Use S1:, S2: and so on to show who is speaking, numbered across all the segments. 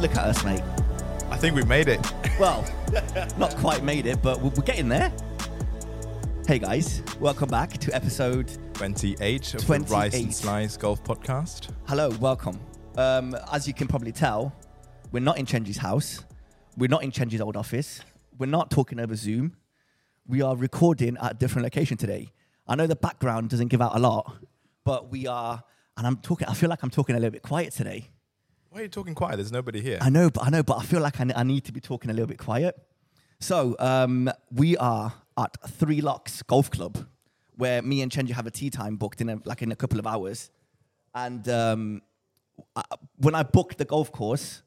S1: look at us, mate.
S2: I think we've made it.
S1: Well, not quite made it, but we're, we're getting there. Hey guys, welcome back to episode.
S2: 28 of the
S1: 28.
S2: Rice and Slice Golf Podcast.
S1: Hello, welcome. Um, as you can probably tell, we're not in Chenji's house. We're not in Chenji's old office. We're not talking over Zoom. We are recording at a different location today. I know the background doesn't give out a lot, but we are, and I'm talking. I feel like I'm talking a little bit quiet today.
S2: Why are you talking quiet? There's nobody here.
S1: I know, but I know, but I feel like I, ne- I need to be talking a little bit quiet. So um, we are at Three Locks Golf Club, where me and Chenji have a tea time booked in a, like in a couple of hours. And um, I, when I booked the golf course,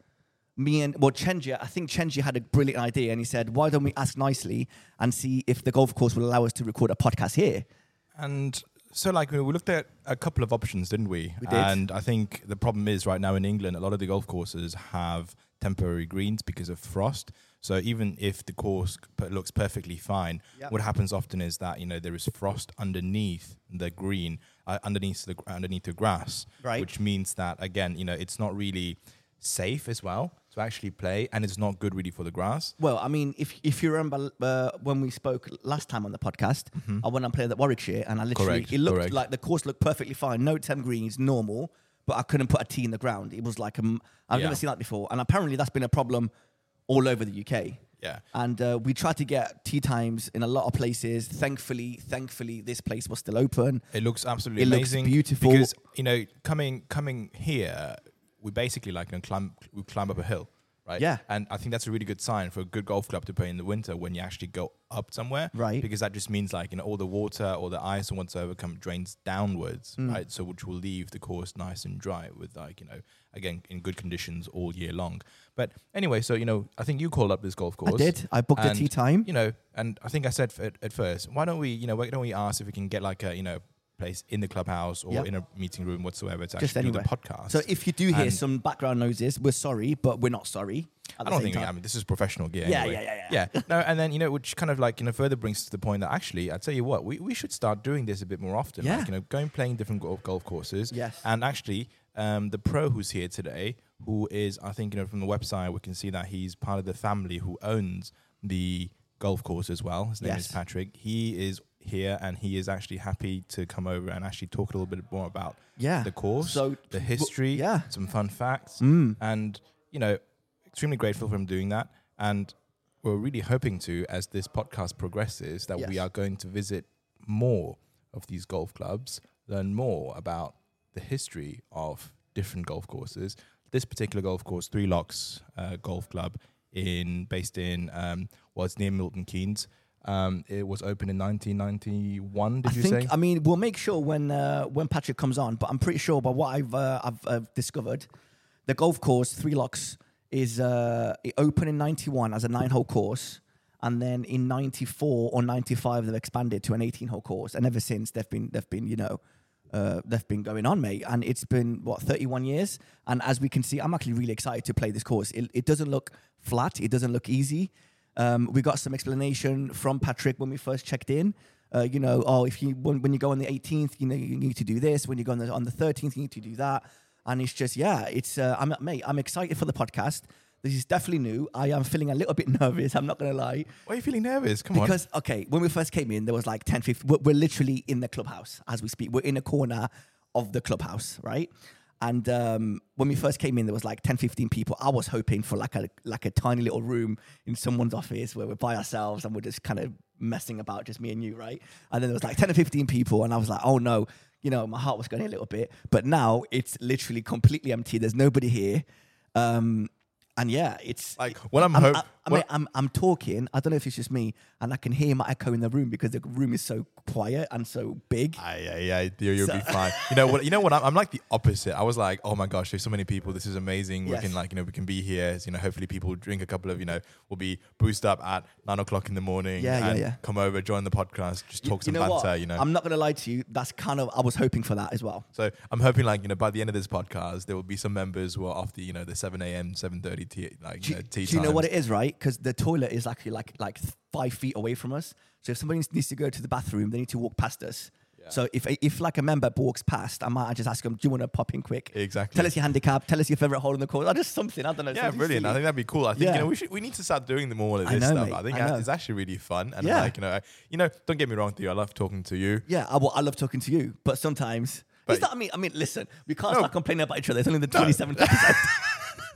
S1: me and well Chenji, I think Chenji had a brilliant idea, and he said, "Why don't we ask nicely and see if the golf course will allow us to record a podcast here?"
S2: And so, like, we looked at a couple of options, didn't we?
S1: We did.
S2: And I think the problem is right now in England, a lot of the golf courses have temporary greens because of frost. So even if the course p- looks perfectly fine,
S1: Yep.
S2: what happens often is that you know there is frost underneath the green, uh, underneath the gr- underneath the grass,
S1: Right.
S2: which means that again, you know, it's not really safe as well to actually play, and it's not good really for the grass.
S1: Well, I mean, if if you remember uh, when we spoke last time on the podcast, I went and played at Warwickshire, and I literally
S2: Mm-hmm. Correct,
S1: it looked
S2: correct.
S1: like the course looked perfectly fine, no ten greens, normal, but I couldn't put a tee in the ground. It was like a m- I've never
S2: Yeah.
S1: seen that before, and apparently that's been a problem all over the UK.
S2: Yeah.
S1: and uh, we tried to get tea times in a lot of places. Thankfully, thankfully, this place was still open.
S2: It looks absolutely
S1: It looks
S2: amazing.
S1: beautiful.
S2: Because you know, coming coming here, we basically like you know, climb we climb up a hill, right?
S1: Yeah.
S2: And I think that's a really good sign for a good golf club to play in the winter when you actually go up somewhere,
S1: Right.
S2: Because that just means like you know all the water or the ice and whatsoever come drains downwards,
S1: Mm.
S2: right? So which will leave the course nice and dry with like you know again in good conditions all year long. But anyway, so you know, I think you called up this golf course.
S1: did. I booked a
S2: and,
S1: tee time.
S2: You know, and I think I said f- at, at first, why don't we, you know, why don't we ask if we can get like a, you know, place in the clubhouse or
S1: Yep.
S2: in a meeting room whatsoever to
S1: Just
S2: actually do
S1: anywhere.
S2: the podcast.
S1: So if you do hear
S2: And-
S1: some background noises, we're sorry, but we're not sorry. at
S2: I
S1: the
S2: don't
S1: same
S2: think
S1: time.
S2: I mean this is professional gear.
S1: Yeah,
S2: anyway.
S1: yeah, yeah, yeah.
S2: No, and then you know, which kind of like you know further brings to the point that actually, I tell you what, we, we should start doing this a bit more often.
S1: Yeah.
S2: Like, you know, going playing different golf, golf courses.
S1: Yes.
S2: And actually, um, the pro who's here today, who is I think you know from the website, we can see that he's part of the family who owns the golf course as well. His name
S1: Yes.
S2: is Patrick. He is here and he is actually happy to come over and actually talk a little bit more about
S1: Yeah.
S2: the course,
S1: So-
S2: the
S1: w-
S2: history,
S1: yeah. Mm.
S2: some fun facts, and you know, extremely grateful for him doing that. And we're really hoping to, as this podcast progresses, that we
S1: Yes.
S2: are going to visit more of these golf clubs, learn more about the history of different golf courses. This particular golf course, Three Locks uh, Golf Club, in based in um, well, it's near Milton Keynes. Um, it was opened in 1991. Did
S1: I
S2: you
S1: think
S2: say?
S1: I mean we'll make sure when uh, when Patrick comes on, but I'm pretty sure by what I've uh, I've uh, discovered, the golf course Three Locks is uh, it opened in '91 as a nine-hole course, and then in '94 or '95 they've expanded to an 18-hole course, and ever since they've been they've been you know. Uh, they've been going on, mate, and it's been what 31 years. And as we can see, I'm actually really excited to play this course. It, it doesn't look flat, it doesn't look easy. Um, we got some explanation from Patrick when we first checked in. Uh, you know, oh, if you when, when you go on the 18th, you know you need to do this. When you go on the, on the 13th, you need to do that. And it's just, yeah, it's uh, I'm mate, I'm excited for the podcast. This is definitely new. I am feeling a little bit nervous. I'm not gonna lie
S2: Why are you feeling nervous? Come on.
S1: because okay, when we first came in, there was like 10, 15. We're, we're literally in the clubhouse as we speak. We're in a corner of the clubhouse, right? And um, when we first came in, there was like 10, 15 people. I was hoping for like a like a tiny little room in someone's office where we're by ourselves and we're just kind of messing about, just me and you, right? And then there was like 10 or 15 people, and I was like, oh no, you know, my heart was going a little bit. But now it's literally completely empty. There's nobody here. Um, and yeah, it's
S2: Like, what I'm
S1: I'm,
S2: hope-
S1: I, I
S2: what-
S1: mean, I'm, I'm talking. I don't know if it's just me, and I can hear my echo in the room because the room is so quiet and so big.
S2: Aye, aye, aye, dear, you'll be fine. ah, You know what? You know what? I'm, I'm like the opposite. I was like, oh my gosh, there's so many people. This is amazing. We
S1: Yes.
S2: can like, you know, we can be here. You know, hopefully people drink a couple of, you know, we'll be boosted up at nine o'clock in the morning.
S1: Yeah, yeah,
S2: and
S1: yeah.
S2: Come over, join the podcast, just talk some
S1: you know
S2: banter.
S1: what?
S2: You know.
S1: I'm not gonna lie to you. That's kind of I was hoping for that as well.
S2: so I'm hoping like you know by the end of this podcast there will be some members who are after you know the 7 a.m. 7:30 tea like
S1: Do,
S2: you know,
S1: do
S2: tea
S1: you know what
S2: times.
S1: it is, right? Because the toilet is actually like like five feet away from us. So if somebody needs to go to the bathroom, they need to walk past us. So if if like a member walks past, I might just ask him, "Do you want to pop in quick?
S2: Exactly.
S1: Tell us your handicap. Tell us your favorite hole in the course. Or just something. I don't know.
S2: Yeah,
S1: something
S2: brilliant. I
S1: silly.
S2: think that'd be cool. I think
S1: Yeah.
S2: you know we should we need to start doing them all of
S1: I
S2: this
S1: know,
S2: stuff.
S1: mate.
S2: I think
S1: I know.
S2: it's actually really fun and
S1: Yeah.
S2: like you know I, you know don't get me wrong, Theo. I love talking to you.
S1: Yeah, I, well, I love talking to you, but sometimes
S2: But-
S1: it's not. I mean, I mean, listen, we can't
S2: No.
S1: start complaining about each other. It's only the twenty seventh episode.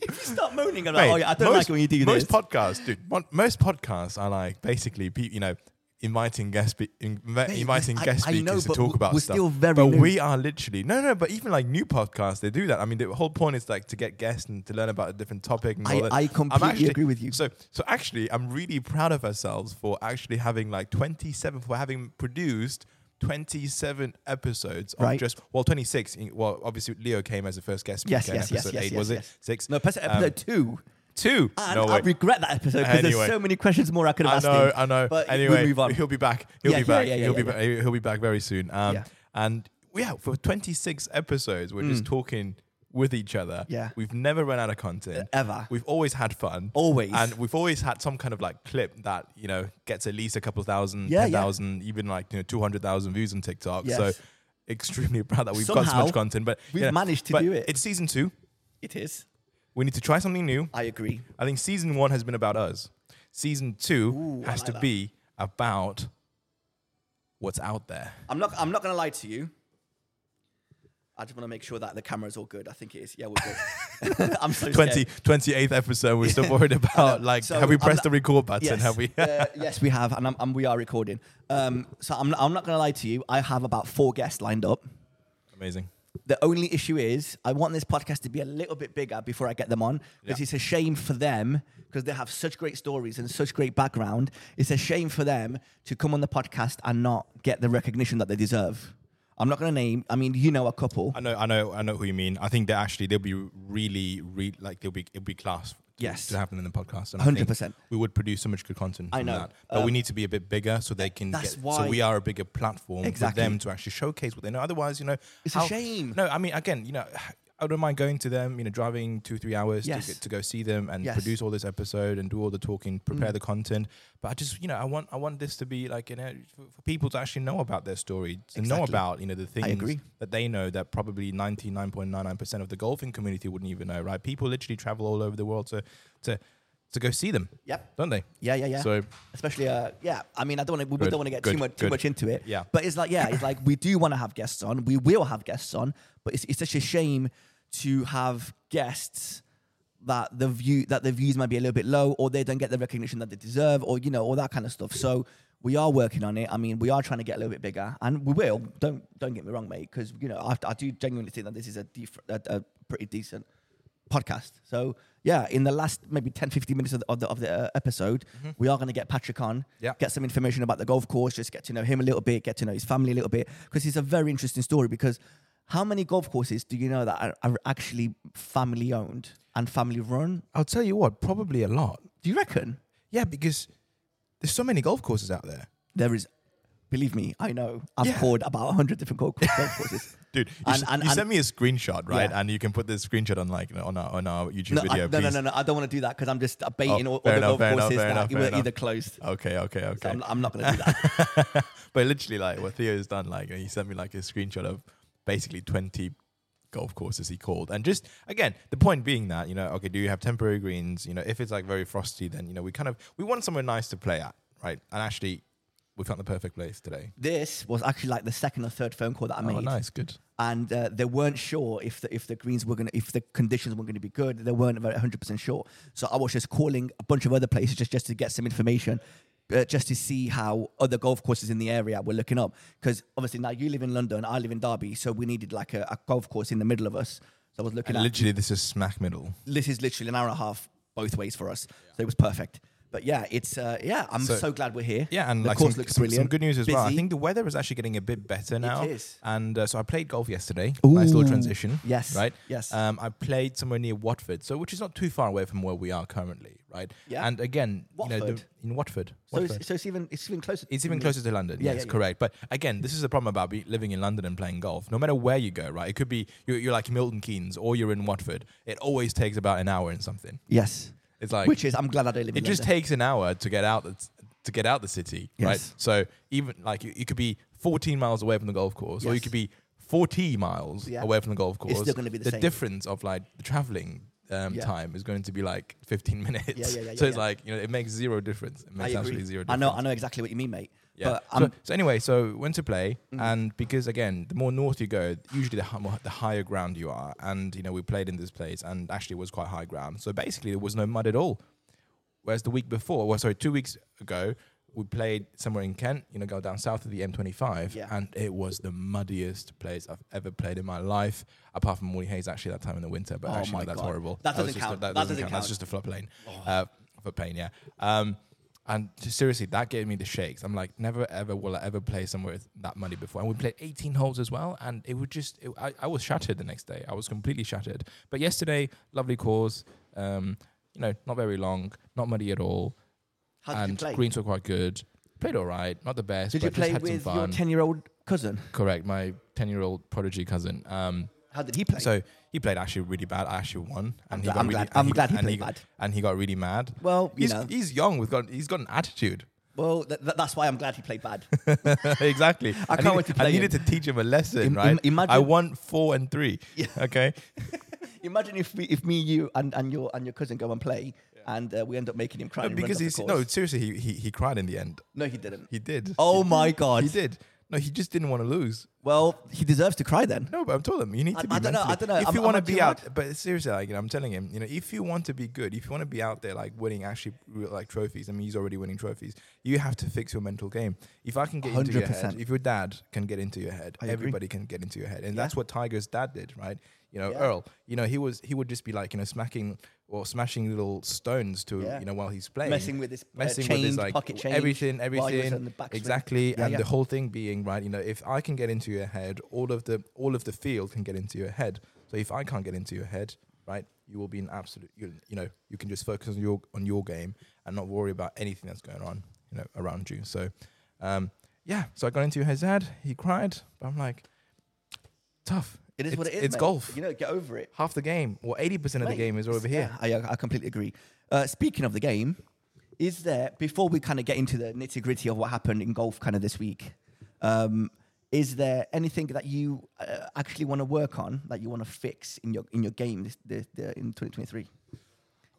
S1: if you start moaning about,
S2: Mate,
S1: oh yeah, I don't like it when you do
S2: most
S1: this.
S2: podcasts, dude. mon- Most podcasts are like basically pe- you know inviting guest spe- in- inv-
S1: Mate,
S2: inviting
S1: I-
S2: guest
S1: I
S2: speakers
S1: know,
S2: to
S1: but
S2: talk
S1: w-
S2: about
S1: we're
S2: stuff.
S1: still very
S2: but
S1: new.
S2: we are literally no no. But even like new podcasts, they do that. I mean, the whole point is like to get guests and to learn about a different topic. And
S1: I-
S2: all that.
S1: I
S2: I'm
S1: completely
S2: actually-
S1: agree with you.
S2: So so actually, I'm really proud of ourselves for actually having like 27 for having produced. 27 episodes of
S1: Right.
S2: just well 26 in- well obviously Leo came as the first guest speaker
S1: Yes,
S2: in
S1: yes, yes,
S2: episode
S1: yes,
S2: 8
S1: yes,
S2: was
S1: yes.
S2: it 6
S1: No, episode,
S2: Um,
S1: episode two.
S2: two
S1: And
S2: no
S1: I
S2: way
S1: regret that episode because
S2: Anyway.
S1: there's so many questions more I could have
S2: I
S1: asked
S2: know,
S1: him.
S2: I know.
S1: But
S2: anyway,
S1: we move on.
S2: he'll be back. He'll
S1: Yeah,
S2: be
S1: yeah,
S2: back.
S1: yeah, yeah,
S2: he'll be
S1: yeah,
S2: back. He'll be back very soon. Um,
S1: Yeah.
S2: and yeah, for 26 episodes, we're just talking with each other.
S1: Mm. Yeah. Uh,
S2: we've never run out of content
S1: ever.
S2: We've always had fun.
S1: Always.
S2: and we've always had some kind of like clip that you know gets at least a couple thousand,
S1: Yeah, yeah.
S2: ten thousand, even like you know two hundred thousand views on TikTok. So
S1: Yes.
S2: extremely proud that we've got so
S1: Somehow,
S2: much content. But you
S1: we've
S2: know,
S1: managed to
S2: but
S1: do it.
S2: It's season two.
S1: It is.
S2: We need to try something new.
S1: I agree.
S2: I think season one has been about us. Season two
S1: Ooh, I
S2: has
S1: like
S2: to
S1: that.
S2: be about what's out there.
S1: I'm not. I'm not going to lie to you. I just want to make sure that the camera's all good. I think it is. Yeah, we're good. I'm so
S2: 20,
S1: scared.
S2: 28th episode, we're still worried about like,
S1: So,
S2: have we
S1: I'm
S2: pressed
S1: not-
S2: the record button?
S1: Yes,
S2: Have we?
S1: uh, yes, we have, and, I'm, and we are recording. Um, so I'm, I'm not going to lie to you. I have about four guests lined up.
S2: Amazing.
S1: The only issue is I want this podcast to be a little bit bigger before I get them on because
S2: Yeah.
S1: it's a shame for them because they have such great stories and such great background. It's a shame for them to come on the podcast and not get the recognition that they deserve. I'm not going to name. I mean, you know a couple.
S2: I know, I know, I know who you mean. I think that actually they'll be really, really like they'll be it'll be class. to-
S1: Yes.
S2: to happen in the podcast. and I think
S1: 100%.
S2: We would produce so much good content.
S1: I
S2: from
S1: know. Um,
S2: that. but we need to be a bit bigger so they can.
S1: that's
S2: get, So
S1: why-
S2: we are a bigger platform
S1: Exactly.
S2: for them to actually showcase what they know. Otherwise, you know,
S1: It's a shame.
S2: No, I mean, again, you know. I don't mind going to them, you know, driving two, three hours
S1: Yes.
S2: to, get, to go see them and
S1: Yes. Mm.
S2: produce all this episode and do all the talking, prepare the content. But I just, you know, I want, I want this to be like, you know, for, for people to actually know about their story, to know
S1: Exactly.
S2: about, you know, the things
S1: agree.
S2: that they know that probably 99.99% of the golfing community wouldn't even know, right? People literally travel all over the world to to to go see them,
S1: Yep.
S2: don't they?
S1: Yeah, yeah, yeah.
S2: So
S1: especially uh yeah i mean i don't want to we
S2: Good,
S1: don't want to get
S2: good,
S1: too much too
S2: good.
S1: much into it
S2: Yeah.
S1: but it's like yeah it's like we do want to have guests on we will have guests on but it's, it's such a shame to have guests that the view that the views might be a little bit low or they don't get the recognition that they deserve or you know all that kind of stuff so we are working on it. I mean, we are trying to get a little bit bigger, and we will. Don't don't get me wrong, mate, because you know I, I do genuinely think that this is a, def- a, a pretty decent podcast. So yeah, in the last maybe 10, 15 minutes of the, of the, of the uh, episode, we are going to get Patrick on,
S2: Mm-hmm. Yeah.
S1: get some information about the golf course, just get to know him a little bit, get to know his family a little bit, because it's a very interesting story. Because how many golf courses do you know that are, are actually family owned and family run?
S2: I'll tell you what, probably a lot.
S1: Do you reckon
S2: Yeah, because there's so many golf courses out there.
S1: there is? Believe me, I know. I've
S2: Yeah.
S1: called about 100 different golf golf courses.
S2: Dude, you,
S1: And-
S2: s-
S1: and-
S2: you
S1: and-
S2: sent me a screenshot, right?
S1: Yeah.
S2: And you can put this screenshot on like you know, on our, on our YouTube
S1: No,
S2: video.
S1: I, no, no,
S2: please.
S1: no, no. I don't want to do that because I'm just baiting
S2: Oh,
S1: all, all
S2: fair
S1: the
S2: enough,
S1: golf
S2: fair enough,
S1: courses
S2: fair enough,
S1: that
S2: fair
S1: were
S2: enough.
S1: either closed.
S2: Okay, okay, okay.
S1: I'm, I'm not going to do that.
S2: but literally, like what Theo's done, like he sent me like a screenshot of basically twenty golf courses he called, and just again, the point being that you know, okay, do you have temporary greens? You know, if it's like very frosty, then you know we kind of we want somewhere nice to play at, right? And actually, we found the perfect place today.
S1: this was actually like the second or third phone call that I made.
S2: Oh, nice, good.
S1: and uh, they weren't sure if the, if the greens were going to if the conditions were going to be good they weren't about 100% sure so i was just calling a bunch of other places just, just to get some information uh, just to see how other golf courses in the area were looking up because obviously now you live in london i live in derby so we needed like a, a golf course in the middle of us so i was looking
S2: And
S1: at
S2: literally, this is smack middle.
S1: this is literally an hour and a half both ways for us so it was perfect but yeah it's uh, yeah i'm
S2: So-
S1: so, glad we're here
S2: Yeah, and
S1: the
S2: like
S1: course
S2: some,
S1: looks
S2: some,
S1: brilliant
S2: some good news as well. I
S1: Busy.
S2: think the weather is actually getting a bit better now.
S1: is.
S2: And uh, so I played golf yesterday. Nice little
S1: Ooh.
S2: transition.
S1: Yes,
S2: Right.
S1: yes.
S2: Um, I played somewhere near Watford, so which is not too far away from where we are currently, right?
S1: Yeah.
S2: And again, you know, the,
S1: Watford.
S2: in Watford.
S1: so
S2: Watford.
S1: it's, so it's even it's even closer
S2: It's even closer to London.
S1: Yeah,
S2: yes,
S1: yeah, yeah.
S2: correct. But again, this is the problem about be living in London and playing golf. No matter where you go, right? It could be you're, you're like Milton Keynes or you're in Watford. It always takes about an hour and something.
S1: yes
S2: It's like
S1: which is i'm glad i don't live in
S2: it just
S1: London.
S2: takes an hour to get out the, to get out the city, right?
S1: Yes.
S2: So even like you, you could be 14 miles away from the golf course, or
S1: Yes.
S2: you could be 40 miles
S1: Yeah.
S2: away from the golf course.
S1: It's still gonna be the same.
S2: difference of like the traveling um,
S1: Yeah.
S2: time is going to be like 15 minutes.
S1: yeah, yeah, yeah,
S2: so it's
S1: yeah.
S2: like you know it makes zero difference. It makes absolutely zero difference.
S1: I know, I know exactly what you mean, mate.
S2: Yeah.
S1: But um,
S2: so,
S1: I'm, Mm.
S2: so anyway, so when to play, and because again, the more north you go, usually the, hi- more- the higher ground you are, and you know we played in this place, and actually it was quite high ground. So basically, there was no mud at all. Whereas the week before, well, sorry, two weeks ago, we played somewhere in Kent, you know, go down south of the M25,
S1: Yeah.
S2: and it was the muddiest place I've ever played in my life, apart from Morley Hayes actually that time in the winter. But
S1: Oh
S2: actually,
S1: my
S2: no, that's
S1: God.
S2: horrible.
S1: That
S2: was
S1: doesn't
S2: just a-
S1: count. Oh.
S2: that, doesn't count. That's just a flop plane. Uh, for pain, yeah. Um, and just seriously, that gave me the shakes. I'm like, never ever will I ever play somewhere with that money before. And we played 18 holes as well, and it would just, it, I, I was shattered the next day. I was completely shattered. But yesterday, lovely course. Um, you know, not very long, not muddy at all,
S1: how did you
S2: and
S1: play?
S2: greens were quite good. Played all right, not the best.
S1: did
S2: but
S1: you play
S2: just had
S1: with
S2: some
S1: your
S2: fun.
S1: ten-year-old cousin?
S2: Correct, my 10 year old prodigy cousin. Um,
S1: How did he play?
S2: so he played actually really bad. I actually won,
S1: I'm
S2: and he
S1: gl-
S2: got
S1: I'm
S2: really,
S1: glad-
S2: and
S1: I'm glad he
S2: and
S1: played
S2: got-
S1: bad.
S2: and he got really mad.
S1: Well, you
S2: he's,
S1: know.
S2: he's young. We've got he's got an attitude.
S1: well, th- th- that's why I'm glad he played bad.
S2: exactly.
S1: I can't
S2: needed,
S1: wait to
S2: I
S1: play
S2: needed to teach him a lesson,
S1: Im-
S2: right?
S1: im- imagine-
S2: I won four and three.
S1: Yeah.
S2: Okay.
S1: Imagine if we, if me, you, and, and your and your cousin go and play, and uh, we end up making him cry. and he runs
S2: because
S1: off the
S2: he's no
S1: course.
S2: seriously. He, he he cried in the end.
S1: no, he didn't.
S2: He did.
S1: oh my god!
S2: He did. No, he just didn't want to lose.
S1: Well, he deserves to cry then.
S2: No, but I'm telling him you need
S1: I-
S2: to be.
S1: I don't know, I
S2: mentally-
S1: don't know,
S2: If
S1: I'm-
S2: you
S1: I'm
S2: want to
S1: not
S2: be
S1: too
S2: out,
S1: hard.
S2: but seriously, like you know, I'm telling him, you know, if you want to be good, if you want to be out there like winning actually real, like trophies. I mean, he's already winning trophies. You have to fix your mental game. If I can get into your head,
S1: 100%.
S2: if your dad can get into your head,
S1: I agree.
S2: everybody can get into your head, and that's
S1: Yeah.
S2: what Tiger's dad did, right? You know,
S1: Yeah.
S2: Earl. You know, he was he would just be like you know smacking or smashing little stones to
S1: Yeah.
S2: you know while he's playing,
S1: Messing with his, uh,
S2: messing with his
S1: change,
S2: like
S1: pocket change,
S2: everything,
S1: while he was
S2: everything,
S1: on the backswing.
S2: exactly,
S1: Yeah,
S2: and
S1: yeah.
S2: the whole thing being right you know if i can get into your head all of the all of the field can get into your head so if i can't get into your head right you will be an absolute you, you know you can just focus on your on your game and not worry about anything that's going on you know around you so um yeah so i got into his head he cried but i'm like tough
S1: It is
S2: it's,
S1: what it is.
S2: it's
S1: mate.
S2: golf
S1: You know, get over it.
S2: half the game or 80% of the
S1: Mate,
S2: game is over here
S1: Yeah, I, I completely agree. Uh, speaking of the game, is there before we kind of get into the nitty gritty of what happened in golf kind of this week? Um, is there anything that you uh, actually want to work on that you want to fix in your in your game this, the, the, in 2023?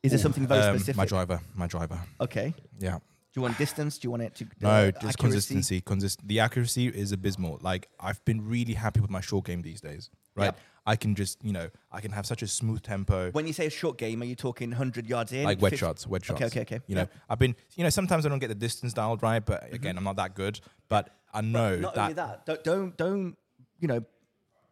S1: Is there something very
S2: Um,
S1: specific?
S2: my driver my driver
S1: Okay.
S2: yeah
S1: Do you want distance? Do you want it to
S2: No,
S1: uh,
S2: just
S1: accuracy?
S2: consistency. Consist- the accuracy is abysmal. Like I've been really happy with my short game these days. Right,
S1: Yep.
S2: I can just you know I can have such a smooth tempo.
S1: When you say a short game, are you talking 100 yards in?
S2: like wet
S1: 50
S2: shots, wet shots.
S1: Okay, okay, okay.
S2: You know, I've been, you know, sometimes I don't get the distance dialed right, but again, I'm not that good. But I know
S1: Mm-hmm. Not
S2: that,
S1: only that, don't, don't don't you know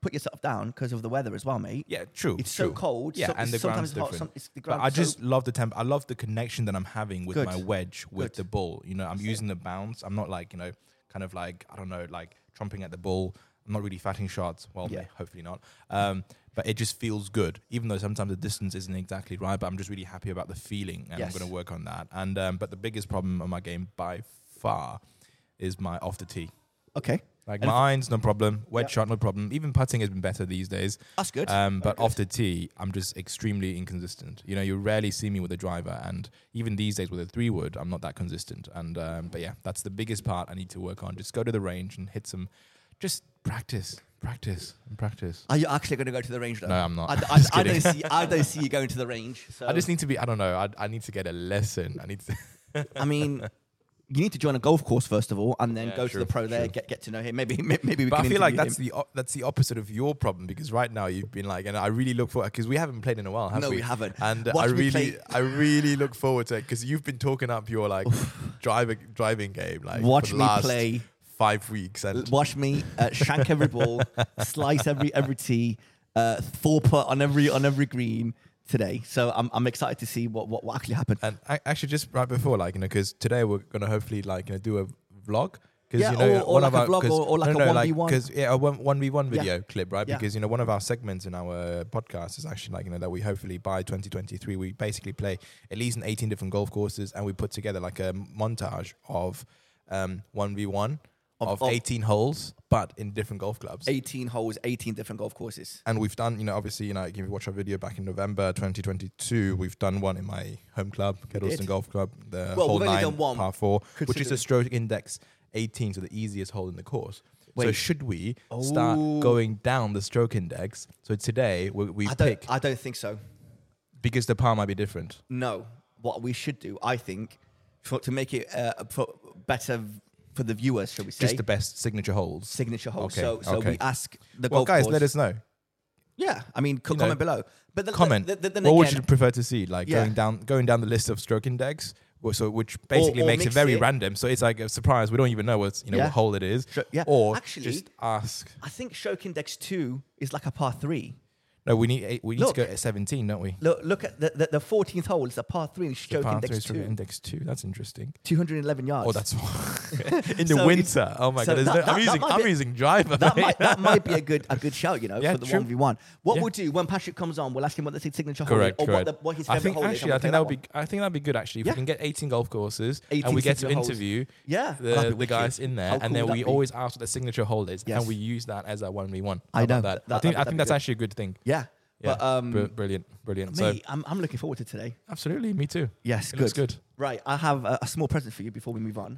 S1: put yourself down because of the weather as well, mate.
S2: Yeah, true.
S1: It's so
S2: true.
S1: cold,
S2: Yeah,
S1: so-
S2: and the
S1: sometimes
S2: ground's
S1: it's hot,
S2: different.
S1: some- it's- the
S2: but I
S1: ground's so-
S2: just love the temp. I love the connection that I'm having with
S1: Good.
S2: my wedge with
S1: Good.
S2: the ball. You know, I'm using the bounce. I'm not like you know, kind of like I don't know, like trumping at the ball. I'm not really fatting shots. Well,
S1: Yeah.
S2: hopefully not. Um, but it just feels good, even though sometimes the distance isn't exactly right. But I'm just really happy about the feeling, and
S1: Yes.
S2: I'm going to work on that. And um, but the biggest problem on my game by far is my off the tee.
S1: Okay,
S2: Like
S1: And
S2: my irons, no problem. Wedge
S1: Yeah.
S2: shot, no problem. Even putting has been better these days.
S1: That's good.
S2: Um,
S1: Very
S2: but off the tee, I'm just extremely inconsistent. You know, you rarely see me with a driver, and even these days with a three wood, I'm not that consistent. And um, but yeah, that's the biggest part I need to work on. Just go to the range and hit some. Just practice, practice, and practice.
S1: are you actually going to go to the range? Though?
S2: No, I'm not.
S1: I, I-
S2: Just
S1: I don't
S2: kidding.
S1: see. I don't see you going to the range. So
S2: I just need to be. I don't know. I, I need to get a lesson. I need to.
S1: I mean. You need to join a golf course first of all, and then
S2: Yeah,
S1: go to
S2: true,
S1: the pro there,
S2: true.
S1: get get to know him. Maybe may- maybe we
S2: But
S1: can.
S2: I feel like
S1: interview
S2: that's
S1: him.
S2: the o- that's the opposite of your problem because right now you've been like, and I really look forward because we haven't played in a while, have
S1: No,
S2: we?
S1: we haven't.
S2: And uh,
S1: What
S2: I
S1: did we
S2: really,
S1: play-
S2: I really look forward to it because you've been talking up your like driving driving game, like for
S1: Watch
S2: the
S1: me
S2: last
S1: play.
S2: five weeks, and
S1: watch me uh, shank every ball, slice every every tee, uh, four putt on every on every green today. So I'm I'm excited to see what what, what actually happened.
S2: and I, actually just right before, like you know, because today we're gonna hopefully like you know do a vlog. Because
S1: Yeah,
S2: you know,
S1: or- or
S2: one
S1: like
S2: of
S1: a
S2: our,
S1: vlog
S2: 'cause-
S1: or- or like
S2: no,
S1: a
S2: no, like
S1: 1v1.
S2: because yeah, a one one v one
S1: Yeah.
S2: video clip, right?
S1: Yeah.
S2: Because you know, one of our segments in our uh, podcast is actually like you know that we hopefully by 2023 we basically play at least in 18 different golf courses, and we put together like a montage of um one v one of
S1: Of- of-
S2: 18 holes, but in different golf clubs.
S1: 18 holes, 18 different golf courses.
S2: And we've done, you know, obviously, you know, if you watch our video back in November 2022, we've done one in my home club,
S1: did.
S2: Kedleston Golf Club, the
S1: Well,
S2: whole
S1: we've only
S2: nine
S1: done one,
S2: par four, which is a
S1: considering-
S2: stroke index 18, so the easiest hole in the course. So
S1: Wait.
S2: should we start
S1: Oh.
S2: going down the stroke index? So today we, we
S1: I
S2: pick
S1: don't, I don't think so.
S2: because the par might be different.
S1: No, what we should do, I think, for, to make it uh, for better v- for the viewers, shall we say,
S2: Just the best signature holes.
S1: signature hole.
S2: Okay,
S1: so, so
S2: okay.
S1: we ask the
S2: well,
S1: golf
S2: guys,
S1: course-
S2: let us know.
S1: Yeah, I mean, co-
S2: you know,
S1: comment below. But then,
S2: Comment.
S1: Then, then
S2: what would
S1: again-
S2: you prefer to see? Like
S1: Yeah.
S2: going down, going down the list of stroke index. Well, So, which basically
S1: or
S2: makes it
S1: mix
S2: very
S1: it.
S2: random. So it's like a surprise. We don't even know what's you know
S1: Yeah.
S2: what hole it is.
S1: Sure, yeah.
S2: Or
S1: Actually-
S2: just ask.
S1: I think Stroke Index Two is like a par three.
S2: No, we need eight, we need
S1: Look.
S2: to go at seventeen, don't we?
S1: Look, look at the the fourteenth hole. It's a par three. and Stroke
S2: Par
S1: Index
S2: three, stroke
S1: Two,
S2: index two. That's interesting.
S1: two hundred eleven yards.
S2: Oh, that's in the
S1: So
S2: winter. Oh my
S1: so
S2: god,
S1: that-
S2: there's no,
S1: that-
S2: I'm
S1: that
S2: using
S1: might
S2: I'm
S1: be-
S2: using driver.
S1: that might that might be a good a good shout, you know,
S2: Yeah,
S1: for the
S2: true.
S1: one v one. What
S2: Yeah.
S1: we'll do when Patrick comes on, we'll ask him what the signature
S2: correct,
S1: hole is, or
S2: correct.
S1: what, the, what his
S2: I
S1: favorite
S2: think
S1: hole is.
S2: actually,
S1: and
S2: I
S1: we'll play
S2: think that would
S1: one.
S2: be I think that'd be good actually. If
S1: Yeah.
S2: we can get 18 golf courses
S1: 18
S2: and we get to
S1: signature holes.
S2: interview
S1: Yeah,
S2: the,
S1: I'll be
S2: the
S1: with
S2: guys
S1: you.
S2: in there,
S1: How
S2: and
S1: cool
S2: then
S1: would
S2: we
S1: that be?
S2: always ask what the signature hole is,
S1: Yes.
S2: and we use that as our one v one.
S1: I know.
S2: that. I
S1: That-
S2: think I
S1: that'd
S2: think
S1: be
S2: that's
S1: good.
S2: actually a good thing.
S1: yeah.
S2: Yeah,
S1: But um,
S2: br- brilliant, brilliant. So
S1: mate, I'm I'm looking forward to today.
S2: absolutely, me too.
S1: Yes,
S2: It looks good.
S1: Right, I have a, a small present for you before we move on.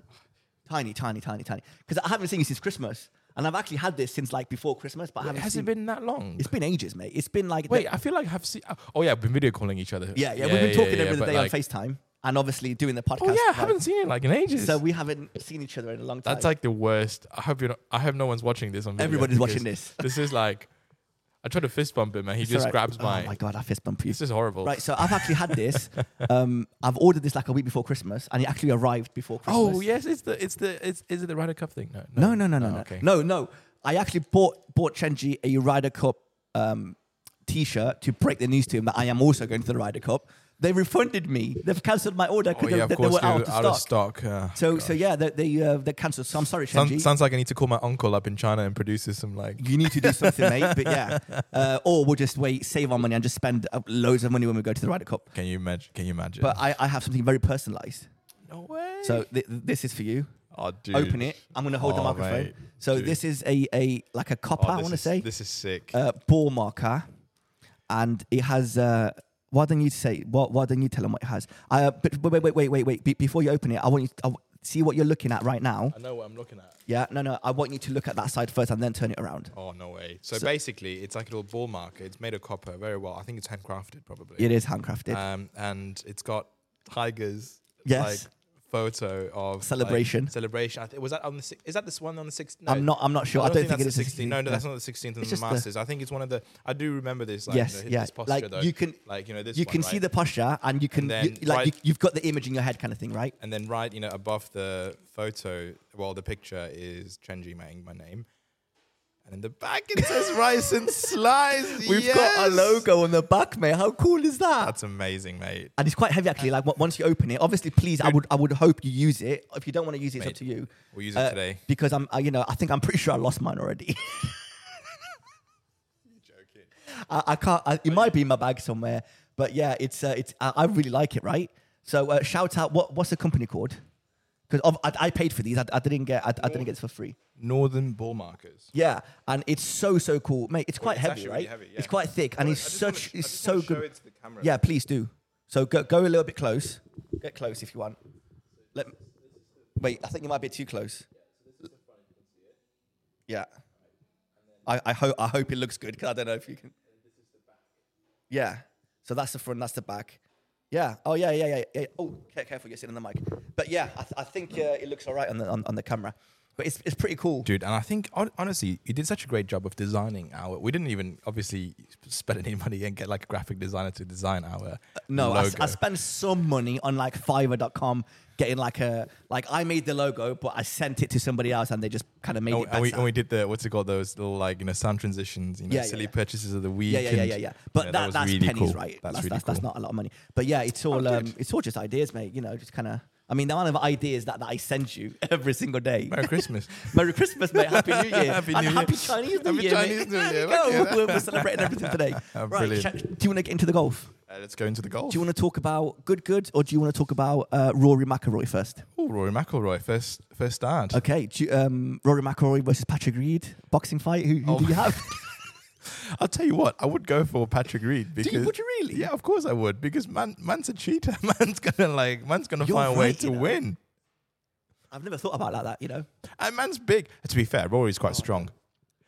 S1: Tiny, tiny, tiny, tiny. Because I haven't seen you since Christmas, and I've actually had this since like before Christmas, but I haven't.
S2: Has
S1: seen,
S2: it been that long?
S1: It's been ages, mate. It's been like the-
S2: Wait, I feel like I've seen. Oh yeah, I've been video calling each other.
S1: yeah, yeah, We've been talking
S2: yeah,
S1: every other
S2: but
S1: day
S2: like-
S1: on Facetime, and obviously doing the podcast.
S2: Oh yeah, I
S1: right?
S2: haven't seen it like in ages.
S1: So we haven't seen each other in a long time.
S2: That's like the worst. I hope you're not, I hope no one's watching this on video.
S1: Everybody's
S2: because
S1: watching this.
S2: This is like, I tried to fist bump him and he
S1: It's
S2: just
S1: alright.
S2: grabs my.
S1: Oh my god, I fist bump you.
S2: This is horrible.
S1: Right, so I've actually had this. Um, I've ordered this like a week before Christmas, and it actually arrived before Christmas.
S2: Oh yes, it's the it's the it's is it the Ryder Cup thing?
S1: No,
S2: No,
S1: no, no, no,
S2: Oh,
S1: no.
S2: Okay.
S1: No, no. I actually bought bought Chenji a Ryder Cup um, T-shirt to break the news to him that I am also going to the Ryder Cup. They refunded me. They've cancelled my order
S2: Oh
S1: because
S2: yeah, of
S1: they, they
S2: course,
S1: were out of
S2: you're
S1: stock.
S2: out of stock. uh,
S1: So,
S2: God.
S1: so yeah, they they, uh, they cancelled. So I'm sorry,
S2: Sound-
S1: Chenji.
S2: sounds like I need to call my uncle up in China and produce us some like.
S1: you need to do something, mate. But yeah, uh, or we'll just wait, save our money, and just spend uh, loads of money when we go to the Ryder Cup.
S2: Can you imagine? Can you imagine?
S1: But I, I have something very personalised.
S2: no way.
S1: So th- this is for you.
S2: oh, dude.
S1: Open it. I'm going to hold the
S2: Oh,
S1: microphone.
S2: mate,
S1: so
S2: dude.
S1: this is a a like a
S2: Oh,
S1: copper. I
S2: this
S1: want to
S2: is-
S1: say
S2: this is sick.
S1: uh, ball marker, and it has. Uh, why don't you say? Why, why don't you tell them what it has? Uh, but but wait, wait, wait, wait, wait. Be- before you open it, I want you to I w- see what you're looking at right now.
S2: I know what I'm looking at.
S1: Yeah, no, no. I want you to look at that side first and then turn it around.
S2: Oh no way! So,
S1: So-
S2: basically, it's like a little ball marker. It's made of copper, very well. I think it's handcrafted, probably.
S1: It is handcrafted.
S2: Um, and it's got tigers.
S1: Yes.
S2: Like, photo of like,
S1: Celebration.
S2: celebration. I th- was that on the six is that this one on the sixth?
S1: I'm not. I'm not sure. I don't, think, it is
S2: that's the
S1: a
S2: 16th.
S1: 16.
S2: No, no, that's
S1: Yeah.
S2: not the sixteenth in
S1: It's
S2: the
S1: just the-
S2: Masters. I think it's one of the. I do remember this. Like,
S1: Yes,
S2: you know, his-
S1: yeah.
S2: This posture,
S1: Like,
S2: though.
S1: you can-
S2: like you know this.
S1: You
S2: one,
S1: can
S2: right?
S1: see the posture, and you can
S2: And
S1: you,
S2: then
S1: like
S2: right-
S1: you, you've got the image in your head, kind of thing, right?
S2: And then right, you know, above the photo, well, the picture is Chenji Mang, my name. And in the back, it says Rice and Slice. yes!
S1: on the back, mate. How cool is that?
S2: That's Uh, amazing, mate.
S1: and it's quite heavy actually. Like w- once you open it, obviously, please, I would, I would hope you use it. If you don't want to use it,
S2: Mate,
S1: it's up to you.
S2: We'll use it
S1: Uh,
S2: today.
S1: because I'm, I, you know, I think I'm pretty sure I lost mine already. I, I can't. I, it might be in my bag somewhere, but yeah, it's, uh, it's. I, I really like it, right? So uh, shout out. What, what's the company called? Because I, I paid for these. I, I didn't get. I, I didn't get this for free.
S2: Northern ball markers.
S1: Yeah, and it's so so cool, mate. It's quite
S2: it's
S1: heavy,
S2: actually
S1: right?
S2: really heavy, yeah.
S1: It's quite thick, and
S2: I
S1: it's
S2: just wanna-
S1: such.
S2: I
S1: it's
S2: just
S1: so
S2: wanna
S1: good.
S2: Show it to the camera.
S1: Yeah, please do. So go, go a little bit close. Get close if you want. Let wait. I think you might be too close. Yeah. I, I hope I hope it looks good because I don't know if you can. Yeah. So that's the front. That's the back. Yeah. Oh yeah yeah yeah. yeah. Oh, care- careful! You're sitting on the mic. But yeah, I, th- I think uh, it looks all right on the on, on the camera. But it's it's pretty cool.
S2: Dude, and I think hon- honestly, you did such a great job of designing our. We didn't even obviously spend any money and get like a graphic designer to design our
S1: Uh, No, I, s-
S2: logo.
S1: I spent some money on like Fiverr.com getting like a like I made the logo, but I sent it to somebody else and they just kind of made
S2: and, we,
S1: it
S2: Oh, and,
S1: better.
S2: we, and we did the what's it called? Those little like you know sound transitions, you know,
S1: Yeah, yeah,
S2: silly
S1: yeah.
S2: purchases of the week.
S1: yeah, yeah, yeah,
S2: and,
S1: yeah, yeah.
S2: you
S1: But
S2: know,
S1: that,
S2: was
S1: that's
S2: really
S1: pennies,
S2: cool.
S1: right? That's
S2: That's
S1: that's,
S2: really
S1: that's,
S2: cool.
S1: not a lot of money. But yeah, it's all
S2: Oh,
S1: um,
S2: good.
S1: it's all just ideas, mate. You know, just kind of. I mean, the amount of ideas that, that I send you every single day.
S2: Merry Christmas.
S1: Merry Christmas, mate. Happy New Year.
S2: Happy
S1: and
S2: New
S1: happy
S2: Year.
S1: Chinese New
S2: Happy
S1: Year. mate.
S2: Chinese New
S1: There
S2: Year.
S1: we go.
S2: Okay. Oh,
S1: We're, we're celebrating everything today. right.
S2: Brilliant.
S1: Sha- Do you want to get into the golf?
S2: Uh, let's go into the golf.
S1: Do you want to talk about good, good, or do you want to talk about uh, Rory McIlroy first?
S2: Oh, Rory McIlroy, first first start.
S1: Okay, do you- um, Rory McIlroy versus Patrick Reed boxing fight. Who, who
S2: Oh
S1: do you have?
S2: I'll tell you what, I would go for Patrick Reed
S1: you-
S2: because
S1: would you really?
S2: Yeah, of course I would because man, man's a cheater. Man's gonna like man's gonna
S1: You're
S2: find a way
S1: right,
S2: to
S1: you know.
S2: win.
S1: I've never thought about it like that. You know,
S2: And man's big. To be fair, Rory's
S1: Oh,
S2: quite strong.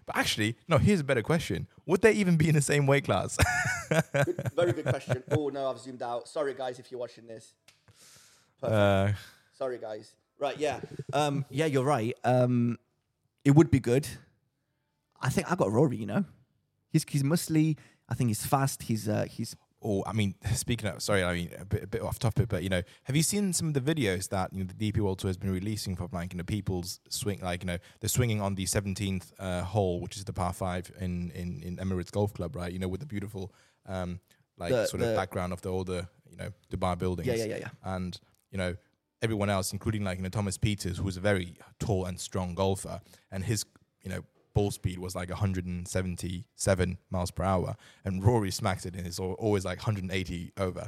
S2: But actually, no, here's a better question. Would they even be in the same weight class?
S1: Very good question. Oh no, I've zoomed out. Sorry guys, if you're watching this.
S2: uh,
S1: Sorry guys. Right, yeah. Um, yeah, you're right. Um, it would be good. I think I got Rory. You know, he's he's mostly. I think he's fast. He's uh, he's
S2: oh, I mean, speaking of, sorry, I mean, a bit, a bit off topic, but you know, have you seen some of the videos that you know the DP World Tour has been releasing from like you know people's swing, like you know they're swinging on the 17th uh, hole, which is the par five in in in Emirates Golf Club, right? You know, with the beautiful um like
S1: The-
S2: sort
S1: the-
S2: of background of the all the you know Dubai buildings,
S1: Yeah, yeah, yeah, yeah.
S2: and you know. Everyone else, including like you know Thomas Peters, who was a very tall and strong golfer, and his you know ball speed was like 177 miles per hour, and Rory smacks it in. It's al- always like 180 over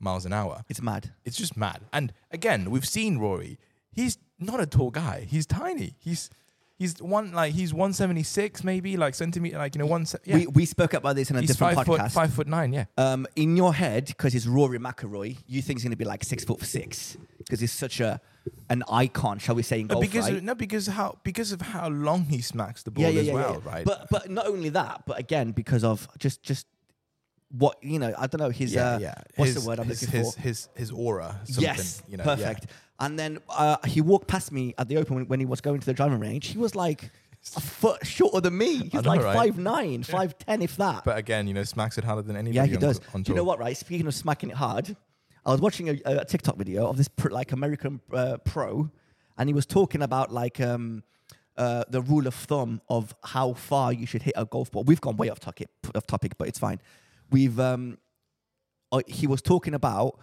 S2: miles an hour.
S1: it's mad.
S2: It's just mad. And again, we've seen Rory. He's not a tall guy. He's tiny. He's he's one like he's 176 maybe like centimeter like you know one se- yeah.
S1: We we spoke about this in a
S2: he's
S1: different
S2: five
S1: podcast.
S2: foot five foot nine. Yeah.
S1: Um, in your head, because it's Rory McIlroy, you think he's going to be like six foot six because he's such a an icon, shall we say, in golf.
S2: because
S1: right?
S2: no because how because of how long he smacks the ball as well right.
S1: But but not only that, but again because of just just what you know, I don't know his
S2: yeah,
S1: uh,
S2: yeah.
S1: what's
S2: His-
S1: the word I'm
S2: his,
S1: looking
S2: his,
S1: for?
S2: His his aura. Something,
S1: Yes,
S2: You know, yeah.
S1: perfect. And then uh, he walked past me at the open when, when he was going to the driving range. He was like a foot shorter than me. He's
S2: know,
S1: like
S2: right?
S1: five nine, five ten, if that.
S2: But again, you know, smacks it harder than anybody.
S1: Yeah, he
S2: on,
S1: does.
S2: On
S1: Do
S2: tour.
S1: you know what? Right. Speaking of smacking it hard, I was watching a, a TikTok video of this pr- like American uh, pro, and he was talking about like um, uh, the rule of thumb of how far you should hit a golf ball. We've gone way off topic, off topic, but it's fine. We've um, uh, he was talking about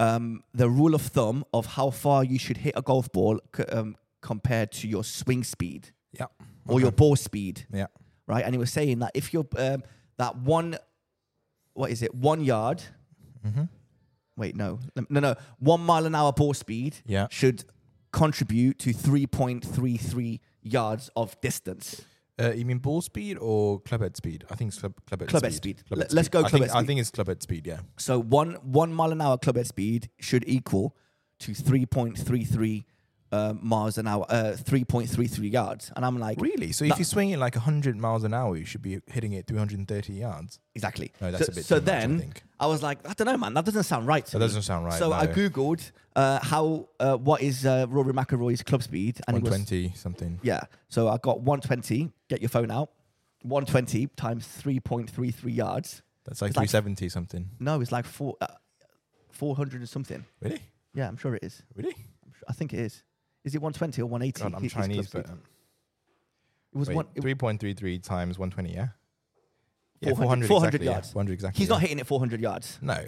S1: um, the rule of thumb of how far you should hit a golf ball c- um, compared to your swing speed
S2: Yeah.
S1: or your ball speed
S2: Yeah.
S1: right? And he was saying that if you're um, that one, what is it? One yard.
S2: Mm-hmm.
S1: Wait, no, Lem- no, no. One mile an hour ball speed
S2: Yeah.
S1: should contribute to three point three three yards of distance.
S2: Uh, you mean ball speed or club head speed? I think it's club, club head
S1: Club head
S2: speed.
S1: speed. Let- let's go
S2: I
S1: club
S2: think,
S1: head
S2: I
S1: speed.
S2: think it's club head speed, yeah.
S1: So one one mile an hour club head speed should equal to three point three three uh, miles an hour, uh, three point three three yards. And I'm like,
S2: Really? So
S1: That-
S2: if you swing it like 100 miles an hour, you should be hitting it 330 yards.
S1: Exactly.
S2: No, that's
S1: so,
S2: a bit
S1: so
S2: too much, I
S1: then
S2: think.
S1: was like, I don't know, man. That doesn't sound right. To
S2: That
S1: me.
S2: doesn't sound right,
S1: Mm. So I
S2: no.
S1: googled uh, how uh, what is uh, Rory McIlroy's club speed, and it was
S2: 120 something.
S1: yeah. So I got 120. Get your phone out. 120 times 3.33 yards.
S2: That's like
S1: It's like-
S2: 370 something.
S1: No, it's like four uh, 400 and something.
S2: Really?
S1: Yeah, I'm sure it is.
S2: Really?
S1: I'm sure, I think it is. Is it 120 or 180?
S2: God, I'm
S1: His- his
S2: Chinese,
S1: club
S2: but
S1: speed.
S2: um,
S1: it was
S2: wait,
S1: one. it-
S2: 3.33 times 120, yeah?
S1: 400
S2: exactly, yeah,
S1: yards.
S2: 400 exactly.
S1: He's
S2: yeah.
S1: not hitting it 400 yards.
S2: No,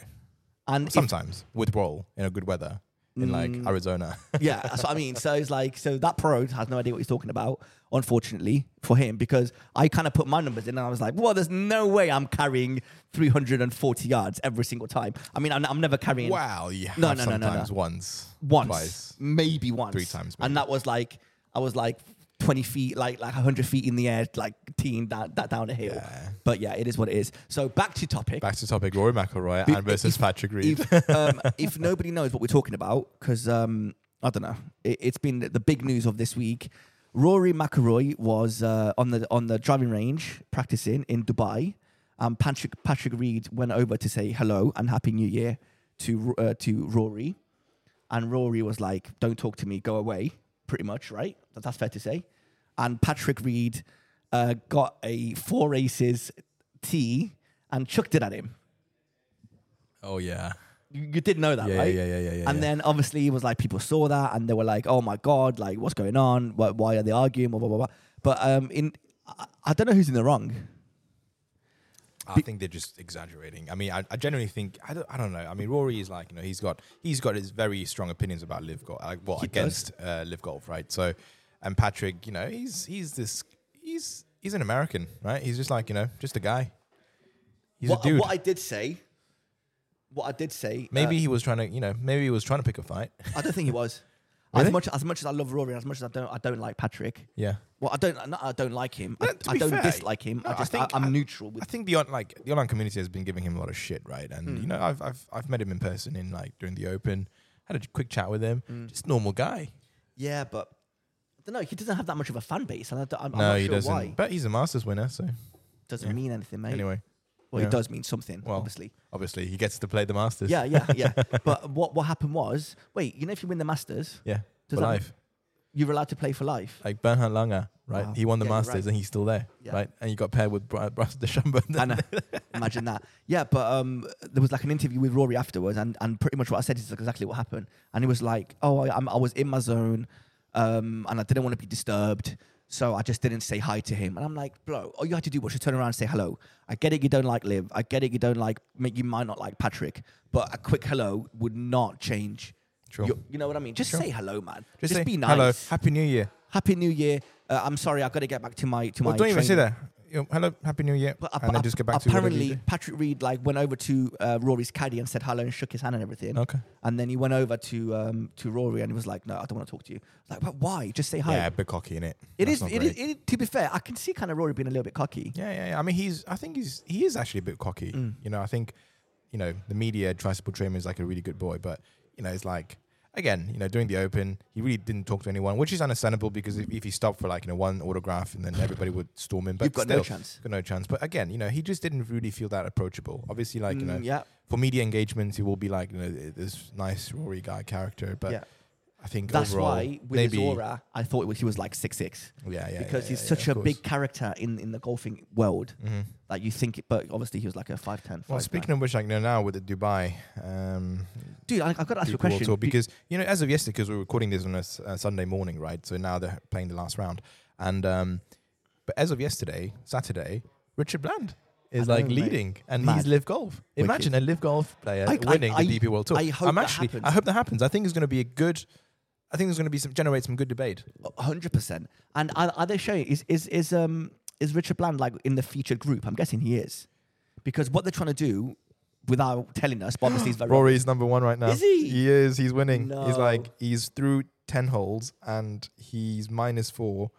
S1: And if-
S2: sometimes with roll in a good weather in like
S1: Mm.
S2: Arizona.
S1: yeah, that's what I mean. So it's like, so that pro has no idea what he's talking about, unfortunately for him, because I kind of put my numbers in and I was like, well, there's no way I'm carrying 340 yards every single time. I mean, I'm, I'm never carrying
S2: wow, you have
S1: No, no, no, no, no.
S2: sometimes once,
S1: once,
S2: twice.
S1: maybe once,
S2: Three times maybe.
S1: and that was like, I was like 20 feet, like like 100 feet in the air, like teeing that, that down a hill.
S2: Yeah.
S1: But yeah, it is what it is. So back to topic.
S2: Back to topic, Rory McIlroy
S1: Be-
S2: and versus Patrick Reed.
S1: If, um, if nobody knows what we're talking about, because um, I don't know, it, it's been the big news of this week. Rory McIlroy was uh, on the on the driving range practicing in Dubai. Um, Patrick Patrick Reed went over to say hello and happy New Year to R- uh, to Rory, and Rory was like, "Don't talk to me, go away." Pretty much, right? That- That's fair to say. And Patrick Reed uh, got a four aces tee and chucked it at him.
S2: oh yeah.
S1: You, you did know that,
S2: Yeah,
S1: right?
S2: yeah, yeah, yeah, yeah,
S1: And
S2: yeah.
S1: then obviously it was like people saw that and they were like, "Oh my god, like what's going on? Why, why are they arguing?" Blah blah blah. blah. But um, in I, I don't know who's in the wrong.
S2: I think they're just exaggerating. I mean, I, I generally think I don't, I don't know. I mean, Rory is like you know he's got he's got his very strong opinions about live golf, like well
S1: He does.
S2: against uh, live golf, right? So, and Patrick, you know, he's he's this he's he's an American, right? He's just like you know just a guy. He's
S1: what, uh,
S2: a dude.
S1: what I uh, did say, what I did say,
S2: maybe he was trying to you know maybe he was trying to pick a fight.
S1: uh, I don't think he was. As
S2: Really?
S1: much as much as I love Rory, as much as I don't, I don't like Patrick.
S2: Yeah.
S1: Well, I don't, not, I don't like him.
S2: No,
S1: I,
S2: to
S1: I
S2: be
S1: don't
S2: fair,
S1: dislike him.
S2: no,
S1: I
S2: I
S1: just, I
S2: think
S1: I, am
S2: I-
S1: neutral with.
S2: I think the on, like the online community has been giving him a lot of shit, right? And
S1: Hmm.
S2: you know, I've, I've I've met him in person
S1: Hmm.
S2: in like during the open, had a quick chat with him, just normal guy.
S1: yeah, but don't know. He doesn't have that much of a fan base, and I don't, I'm, I'm
S2: no,
S1: not
S2: he
S1: sure
S2: doesn't.
S1: why.
S2: But he's a Masters winner, so
S1: Doesn't
S2: yeah.
S1: mean anything, mate.
S2: anyway,
S1: well,
S2: yeah.
S1: it does mean something,
S2: Well,
S1: obviously.
S2: obviously he gets to play the Masters.
S1: Yeah, yeah, yeah. but what what happened was, wait, you know, if you win the Masters,
S2: yeah,
S1: Does
S2: for
S1: that-
S2: life.
S1: you're allowed to play for life.
S2: Like Bernhard Langer, right?
S1: Wow.
S2: He won the
S1: Yeah, you're
S2: Masters
S1: right.
S2: and he's still there,
S1: Yeah.
S2: right? And you got paired with Bra- Bryce DeChambeau.
S1: I know. uh, Imagine that. Yeah, but um, there was like an interview with Rory afterwards, and, and pretty much what I said is exactly what happened. And he was like, "Oh, I, I'm, I was in my zone, um, and I didn't want to be disturbed, so I just didn't say hi to him." And I'm like, "Bro, all you had to do was just turn around and say hello. I get it, you don't like Liv. I get it, you don't like. Make you might not like Patrick, but a quick hello would not change.
S2: Sure.
S1: your- You know what I mean? Just
S2: Sure.
S1: say hello, man.
S2: Just,
S1: Just,
S2: say,
S1: be nice.
S2: Hello, Happy New Year.
S1: Happy New Year. Uh, I'm sorry, I've got to get back to my to
S2: Well,
S1: my.
S2: don't even say
S1: training."
S2: that. You know, hello, Happy New Year,
S1: But
S2: and
S1: appa-
S2: then just get back to whatever
S1: apparently
S2: you
S1: Patrick Reed like went over to uh, Rory's caddy and said hello and shook his hand and everything.
S2: do. Okay.
S1: And then he went over to um, to Rory and he was like, "No, I don't want to talk to you." Like, but why? Just say hi.
S2: Yeah, a bit cocky in it.
S1: it is. It is. It is. To be fair, I can see kind of Rory being a little bit cocky.
S2: Yeah, yeah, yeah. I mean, he's. I think he's. He is actually a bit cocky.
S1: Mm.
S2: You know, I think, you know, the media tries to portray him as like a really good boy, but you know, it's like again, you know, during the Open, he really didn't talk to anyone, which is understandable because if, if he stopped for like you know one autograph and then everybody would storm him, but
S1: You've got
S2: still,
S1: no chance.
S2: Got no chance. But again, you know, he just didn't really feel that approachable. Obviously, like you know,
S1: Mm, yeah.
S2: for media engagements, he will be like you know this nice Rory guy character, but.
S1: Yeah.
S2: I think
S1: That's
S2: overall,
S1: why with
S2: maybe,
S1: his aura, I thought it was, he was like six six
S2: yeah, yeah,
S1: because
S2: yeah,
S1: he's
S2: yeah,
S1: such
S2: yeah,
S1: a
S2: of
S1: big
S2: course.
S1: character in in the golfing world
S2: Mhm.
S1: that you think. It, but obviously, he was like a five ten.
S2: Well, speaking of which, like you know, now with the Dubai, um,
S1: dude, I, I've got to ask you a
S2: Duke World
S1: question.
S2: Tour,
S1: Do-
S2: because you know, as of yesterday, because we we're recording this on a s- uh, Sunday morning, right? So now they're playing the last round, and um, but as of yesterday, Saturday, Richard Bland is
S1: I
S2: like
S1: know, mate.
S2: leading, and
S1: Mad.
S2: he's live golf. Imagine a live golf player
S1: I- I-
S2: winning
S1: I-
S2: the DP World Tour.
S1: I hope
S2: I'm
S1: that
S2: actually,
S1: happens.
S2: I hope that happens. I think it's going to be a good. I think there's going to be some generate some good debate.
S1: hundred percent. And are, are they showing is is is um is Richard Bland like in the featured group? I'm guessing he is, because what they're trying to do, without telling us, but obviously he's very
S2: Rory's number one right now.
S1: Is he?
S2: He is. He's winning. He's like
S1: No.
S2: he's through ten holes and he's minus four,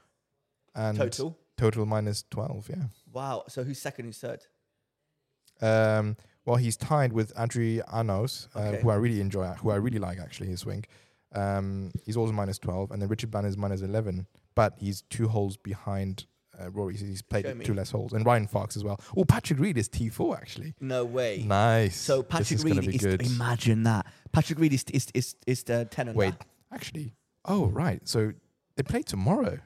S2: and
S1: total.
S2: total minus twelve. Yeah.
S1: Wow. So who's second? Who's third?
S2: Um, well, he's tied with Adrianos, uh,
S1: Okay.
S2: who I really enjoy, who I really like actually his swing. Um, he's also minus twelve, and then Richard Bland is minus eleven, but he's two holes behind uh, Rory. so He's
S1: Show
S2: played
S1: me.
S2: two less holes, and Ryan Fox as well. Oh, Patrick Reed is T four actually.
S1: No way.
S2: Nice.
S1: So
S2: This
S1: Patrick
S2: is gonna
S1: Reed
S2: be
S1: is
S2: good.
S1: imagine that Patrick Reed is is is, is the ten under.
S2: Wait, actually, oh right. So they play tomorrow.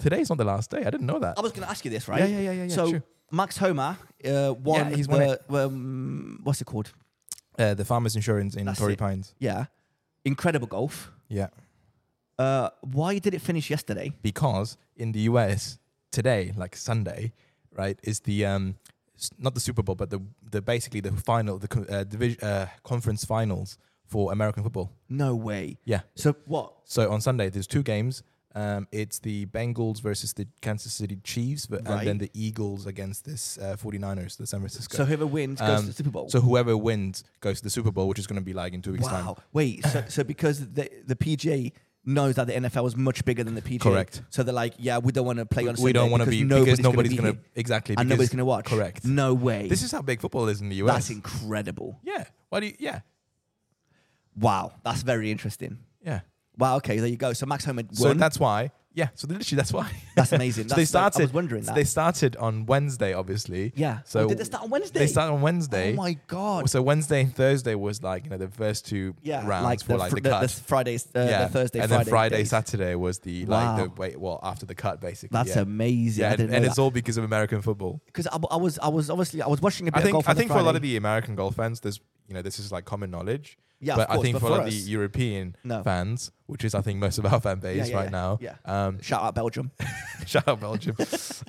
S2: Today's not the last day. I didn't know that.
S1: I was going to ask you this, right?
S2: Yeah, yeah, yeah, yeah. yeah
S1: so
S2: true.
S1: Max Homer uh, won.
S2: Yeah, he's
S1: the,
S2: won
S1: um, what's it called?
S2: Uh, the Farmers Insurance in
S1: That's
S2: Torrey
S1: it.
S2: Pines.
S1: Yeah, incredible golf.
S2: Yeah.
S1: Uh, why did it finish yesterday?
S2: because in the US today, like Sunday, right, is the um, s- not the Super Bowl, but the the basically the final the co- uh, division uh, conference finals for American football.
S1: No way.
S2: Yeah.
S1: So what?
S2: So on Sunday, there's two games. Um, it's the Bengals versus the Kansas City Chiefs, but, and
S1: Right.
S2: then the Eagles against this uh, 49ers, the San Francisco.
S1: So whoever wins goes
S2: Um,
S1: to the Super Bowl.
S2: So whoever wins goes to the Super Bowl, which is going to be like in two weeks' time.
S1: wow. Wait. So, so because the the PGA knows that the NFL is much bigger than the PGA.
S2: Correct.
S1: So they're like, yeah, we don't want to play on.
S2: We don't
S1: want to
S2: be
S1: nobody's
S2: because nobody's
S1: going to
S2: gonna- exactly
S1: and
S2: because-
S1: nobody's going to watch.
S2: Correct.
S1: No way.
S2: This is how big football is in the US.
S1: that's incredible.
S2: yeah. Why do you? Yeah.
S1: Wow. That's very interesting.
S2: Yeah.
S1: Wow. Okay. There you go. So Max Homer won.
S2: So that's why. Yeah. So literally, that's why.
S1: That's amazing.
S2: so
S1: That's-
S2: they
S1: like,
S2: started.
S1: I was wondering
S2: so
S1: that.
S2: They started on Wednesday, obviously.
S1: Yeah.
S2: So
S1: Oh, did they start on Wednesday?
S2: They started on Wednesday.
S1: Oh my god.
S2: So Wednesday and Thursday was like you know the first two
S1: yeah.
S2: rounds
S1: like
S2: for
S1: the,
S2: like
S1: fr-
S2: the cut.
S1: Fridays. Uh,
S2: yeah.
S1: The Thursday.
S2: and
S1: Friday
S2: then Friday,
S1: days.
S2: Saturday was the like the
S1: Wow.
S2: wait well after the cut basically.
S1: That's
S2: yeah.
S1: amazing.
S2: Yeah,
S1: I didn't
S2: and
S1: know
S2: it's all because of American football.
S1: because I, I was I was obviously I was watching a bit
S2: I
S1: of
S2: think
S1: golf.
S2: I
S1: on the
S2: think for a lot
S1: Friday.
S2: of the American golf fans, there's you know this is like common knowledge.
S1: Yeah, of
S2: but I
S1: course,
S2: think
S1: but
S2: for a
S1: for
S2: lot of the
S1: us-
S2: European
S1: No.
S2: fans, which is I think most of our fan base
S1: yeah,
S2: right
S1: yeah,
S2: now,
S1: yeah.
S2: um,
S1: shout out Belgium.
S2: Shout out Belgium.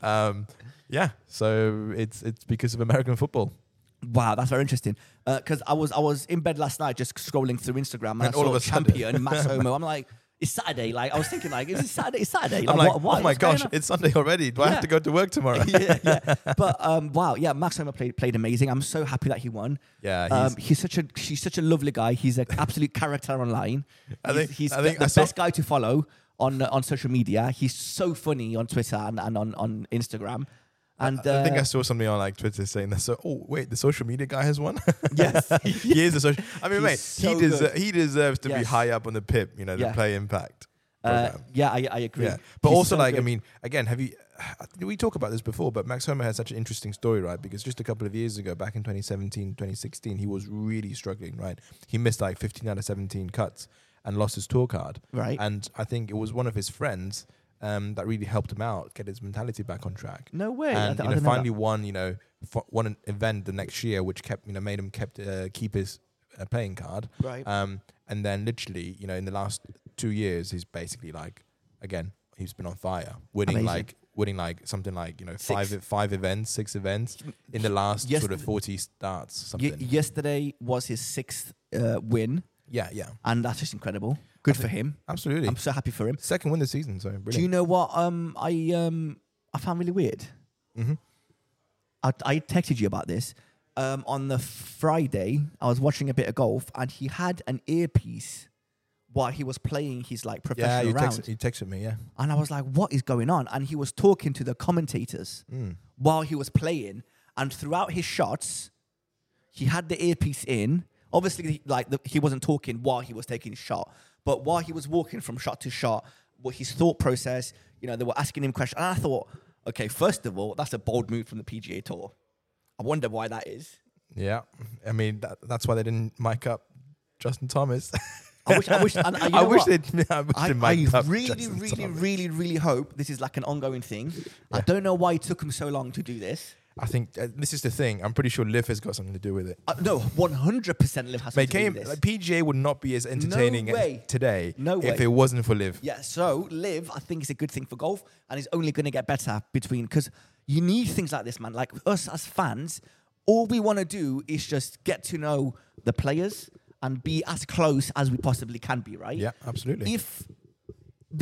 S2: um, yeah, so it's it's because of American football,
S1: Wow, that's very interesting. Because I was I was in bed last night just scrolling through Instagram and,
S2: And
S1: I
S2: all
S1: saw
S2: of a sudden-
S1: champion Max Homo. I'm like, it's Saturday. Like I was thinking, like it's Saturday. It's Saturday.
S2: I'm like,
S1: what- what-
S2: oh my
S1: what's going
S2: gosh,
S1: on?"
S2: it's Sunday already. Do I have
S1: Yeah.
S2: to go to work tomorrow?
S1: yeah, yeah. But um, wow, yeah, Max Homer played played amazing. I'm so happy that he won.
S2: Yeah, he's-
S1: um, he's such a he's such a lovely guy. He's an absolute character online.
S2: I
S1: I
S2: think-
S1: think he's
S2: I think
S1: the
S2: I saw-
S1: best guy to follow on on social media. He's so funny on Twitter and, and on on Instagram. And uh,
S2: I think I saw something on like Twitter saying that. So, oh wait, the social media guy has won.
S1: yes,
S2: he is a social. I mean,
S1: He's
S2: mate,
S1: so
S2: he
S1: good.
S2: deser- he deserves to be
S1: Yes.
S2: high up on the pip. You know, the
S1: Yeah.
S2: play impact.
S1: Uh,
S2: program.
S1: yeah, I, I agree.
S2: Yeah, but
S1: She's
S2: also
S1: so
S2: like I
S1: good.
S2: mean, again, have you? Did we talk about this before? But Max Homer had such an interesting story, right? Because just a couple of years ago, back in 2017, 2016, he was really struggling, right? He missed like 15 out of 17 cuts and lost his tour card,
S1: Right.
S2: And I think it was one of his friends um, that really helped him out, get his mentality back on track.
S1: no way. I
S2: And
S1: d- I
S2: you know,
S1: didn't know that.
S2: finally won, you know, f- won an event the next year, which kept, you know, made him kept uh, keep his uh, playing card.
S1: right.
S2: Um, and then literally, you know, in the last two years, he's basically like, again, he's been on fire, winning
S1: Amazing.
S2: like winning like something like you know five
S1: Six.
S2: five events, six events in the last
S1: Yes.
S2: sort of forty starts, something.
S1: Ye- yesterday was his sixth uh, win,
S2: yeah, yeah,
S1: and that's just incredible. Good for him.
S2: absolutely.
S1: I'm so happy for him.
S2: Second win this season, so brilliant.
S1: Do you know what um, I um, I found really weird?
S2: Mhm.
S1: I, I texted you about this. Um, on the Friday, I was watching a bit of golf, and he had an earpiece while he was playing his like
S2: yeah,
S1: professional
S2: you,
S1: round,
S2: text, you texted me, yeah.
S1: and I was like, "What is going on?" And he was talking to the commentators
S2: Mm.
S1: while he was playing, and throughout his shots, he had the earpiece in. Obviously, like the, he wasn't talking while he was taking his shot, but while he was walking from shot to shot, what his thought process, you know, they were asking him questions, and I thought, okay, first of all, that's a bold move from the PGA Tour. I wonder why that is.
S2: Yeah, I mean that, that's why they didn't mic up Justin Thomas.
S1: I wish, I wish, and, and Uh, you
S2: I
S1: know
S2: wish
S1: what?
S2: they. I wish
S1: I,
S2: they
S1: I
S2: mic'd up
S1: really,
S2: Justin
S1: really,
S2: Thomas.
S1: really, really hope this is like an ongoing thing. I don't know why it took him so long to do this.
S2: I think uh, this is the thing. I'm pretty sure Liv has got something to do with it.
S1: Uh, no, 100% Liv has
S2: Mate,
S1: to do
S2: came
S1: with this.
S2: like, PGA would not be as entertaining as
S1: way.
S2: today
S1: No
S2: if
S1: way.
S2: it wasn't for Liv.
S1: Yeah, so live, I think, is a good thing for golf, and it's only going to get better between because you need things like this, man. Like us as fans, all we want to do is just get to know the players and be as close as we possibly can be, right?
S2: Yeah, absolutely.
S1: If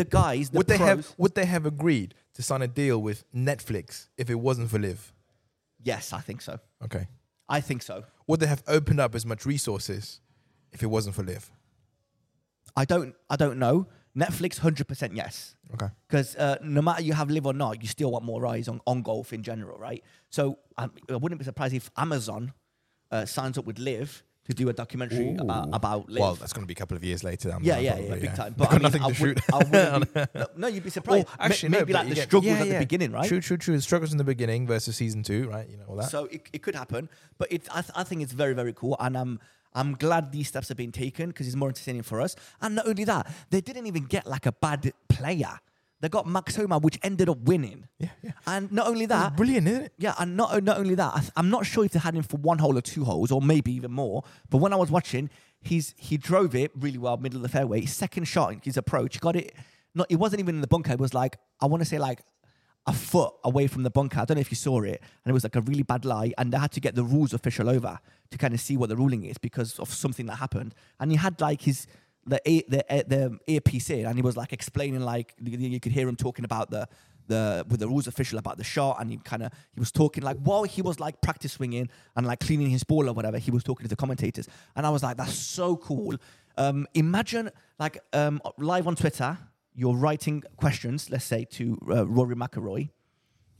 S1: the guys, the
S2: would they have
S1: pros-
S2: would they have agreed to sign a deal with Netflix if it wasn't for Liv?
S1: Yes, I think so.
S2: Okay.
S1: I think so.
S2: Would they have opened up as much resources if it wasn't for Liv?
S1: I don't. I don't know. Netflix, hundred percent, yes.
S2: Okay.
S1: Because uh, no matter you have live or not, you still want more eyes on, on golf in general, right? So um, I wouldn't be surprised if Amazon uh, signs up with Live to do a documentary about about Live.
S2: Well, that's going to be a couple of years later. down the
S1: yeah,
S2: line,
S1: yeah, yeah,
S2: probably,
S1: big time.
S2: They've
S1: But
S2: got
S1: I mean,
S2: nothing
S1: I
S2: to shoot.
S1: wouldn't- I wouldn't be- no, no, you'd be surprised.
S2: Well,
S1: Ma- maybe
S2: no, but
S1: like
S2: you
S1: the
S2: get-
S1: struggles
S2: yeah,
S1: at
S2: yeah.
S1: the beginning, right?
S2: True, true, true. The struggles in the beginning versus season two, right? You know all that.
S1: So it, it could happen, but it, I, th- I think it's very, very cool, and I'm I'm glad these steps have been taken because it's more entertaining for us. And not only that, they didn't even get like a bad player. They got Max Homa, which ended up winning.
S2: Yeah, yeah.
S1: And not only
S2: That's
S1: that,
S2: brilliant, isn't it?
S1: yeah, and not not only that, I th- I'm not sure if they had him for one hole or two holes, or maybe even more. But when I was watching, he's he drove it really well, middle of the fairway. His second shot, his approach, got it. Not it wasn't even in the bunker. It was like I want to say like a foot away from the bunker. I don't know if you saw it, and it was like a really bad lie. And they had to get the rules official over to kind of see what the ruling is because of something that happened. And he had like his the ear- the ear- the earpiece in, and he was like explaining like you- you could hear him talking about the the with the rules official about the shot, and he kind of he was talking like while he was like practice swinging and like cleaning his ball or whatever, he was talking to the commentators, and I was like, that's so cool. Um, imagine like um, live on Twitter, you're writing questions, let's say to uh, Rory McIlroy,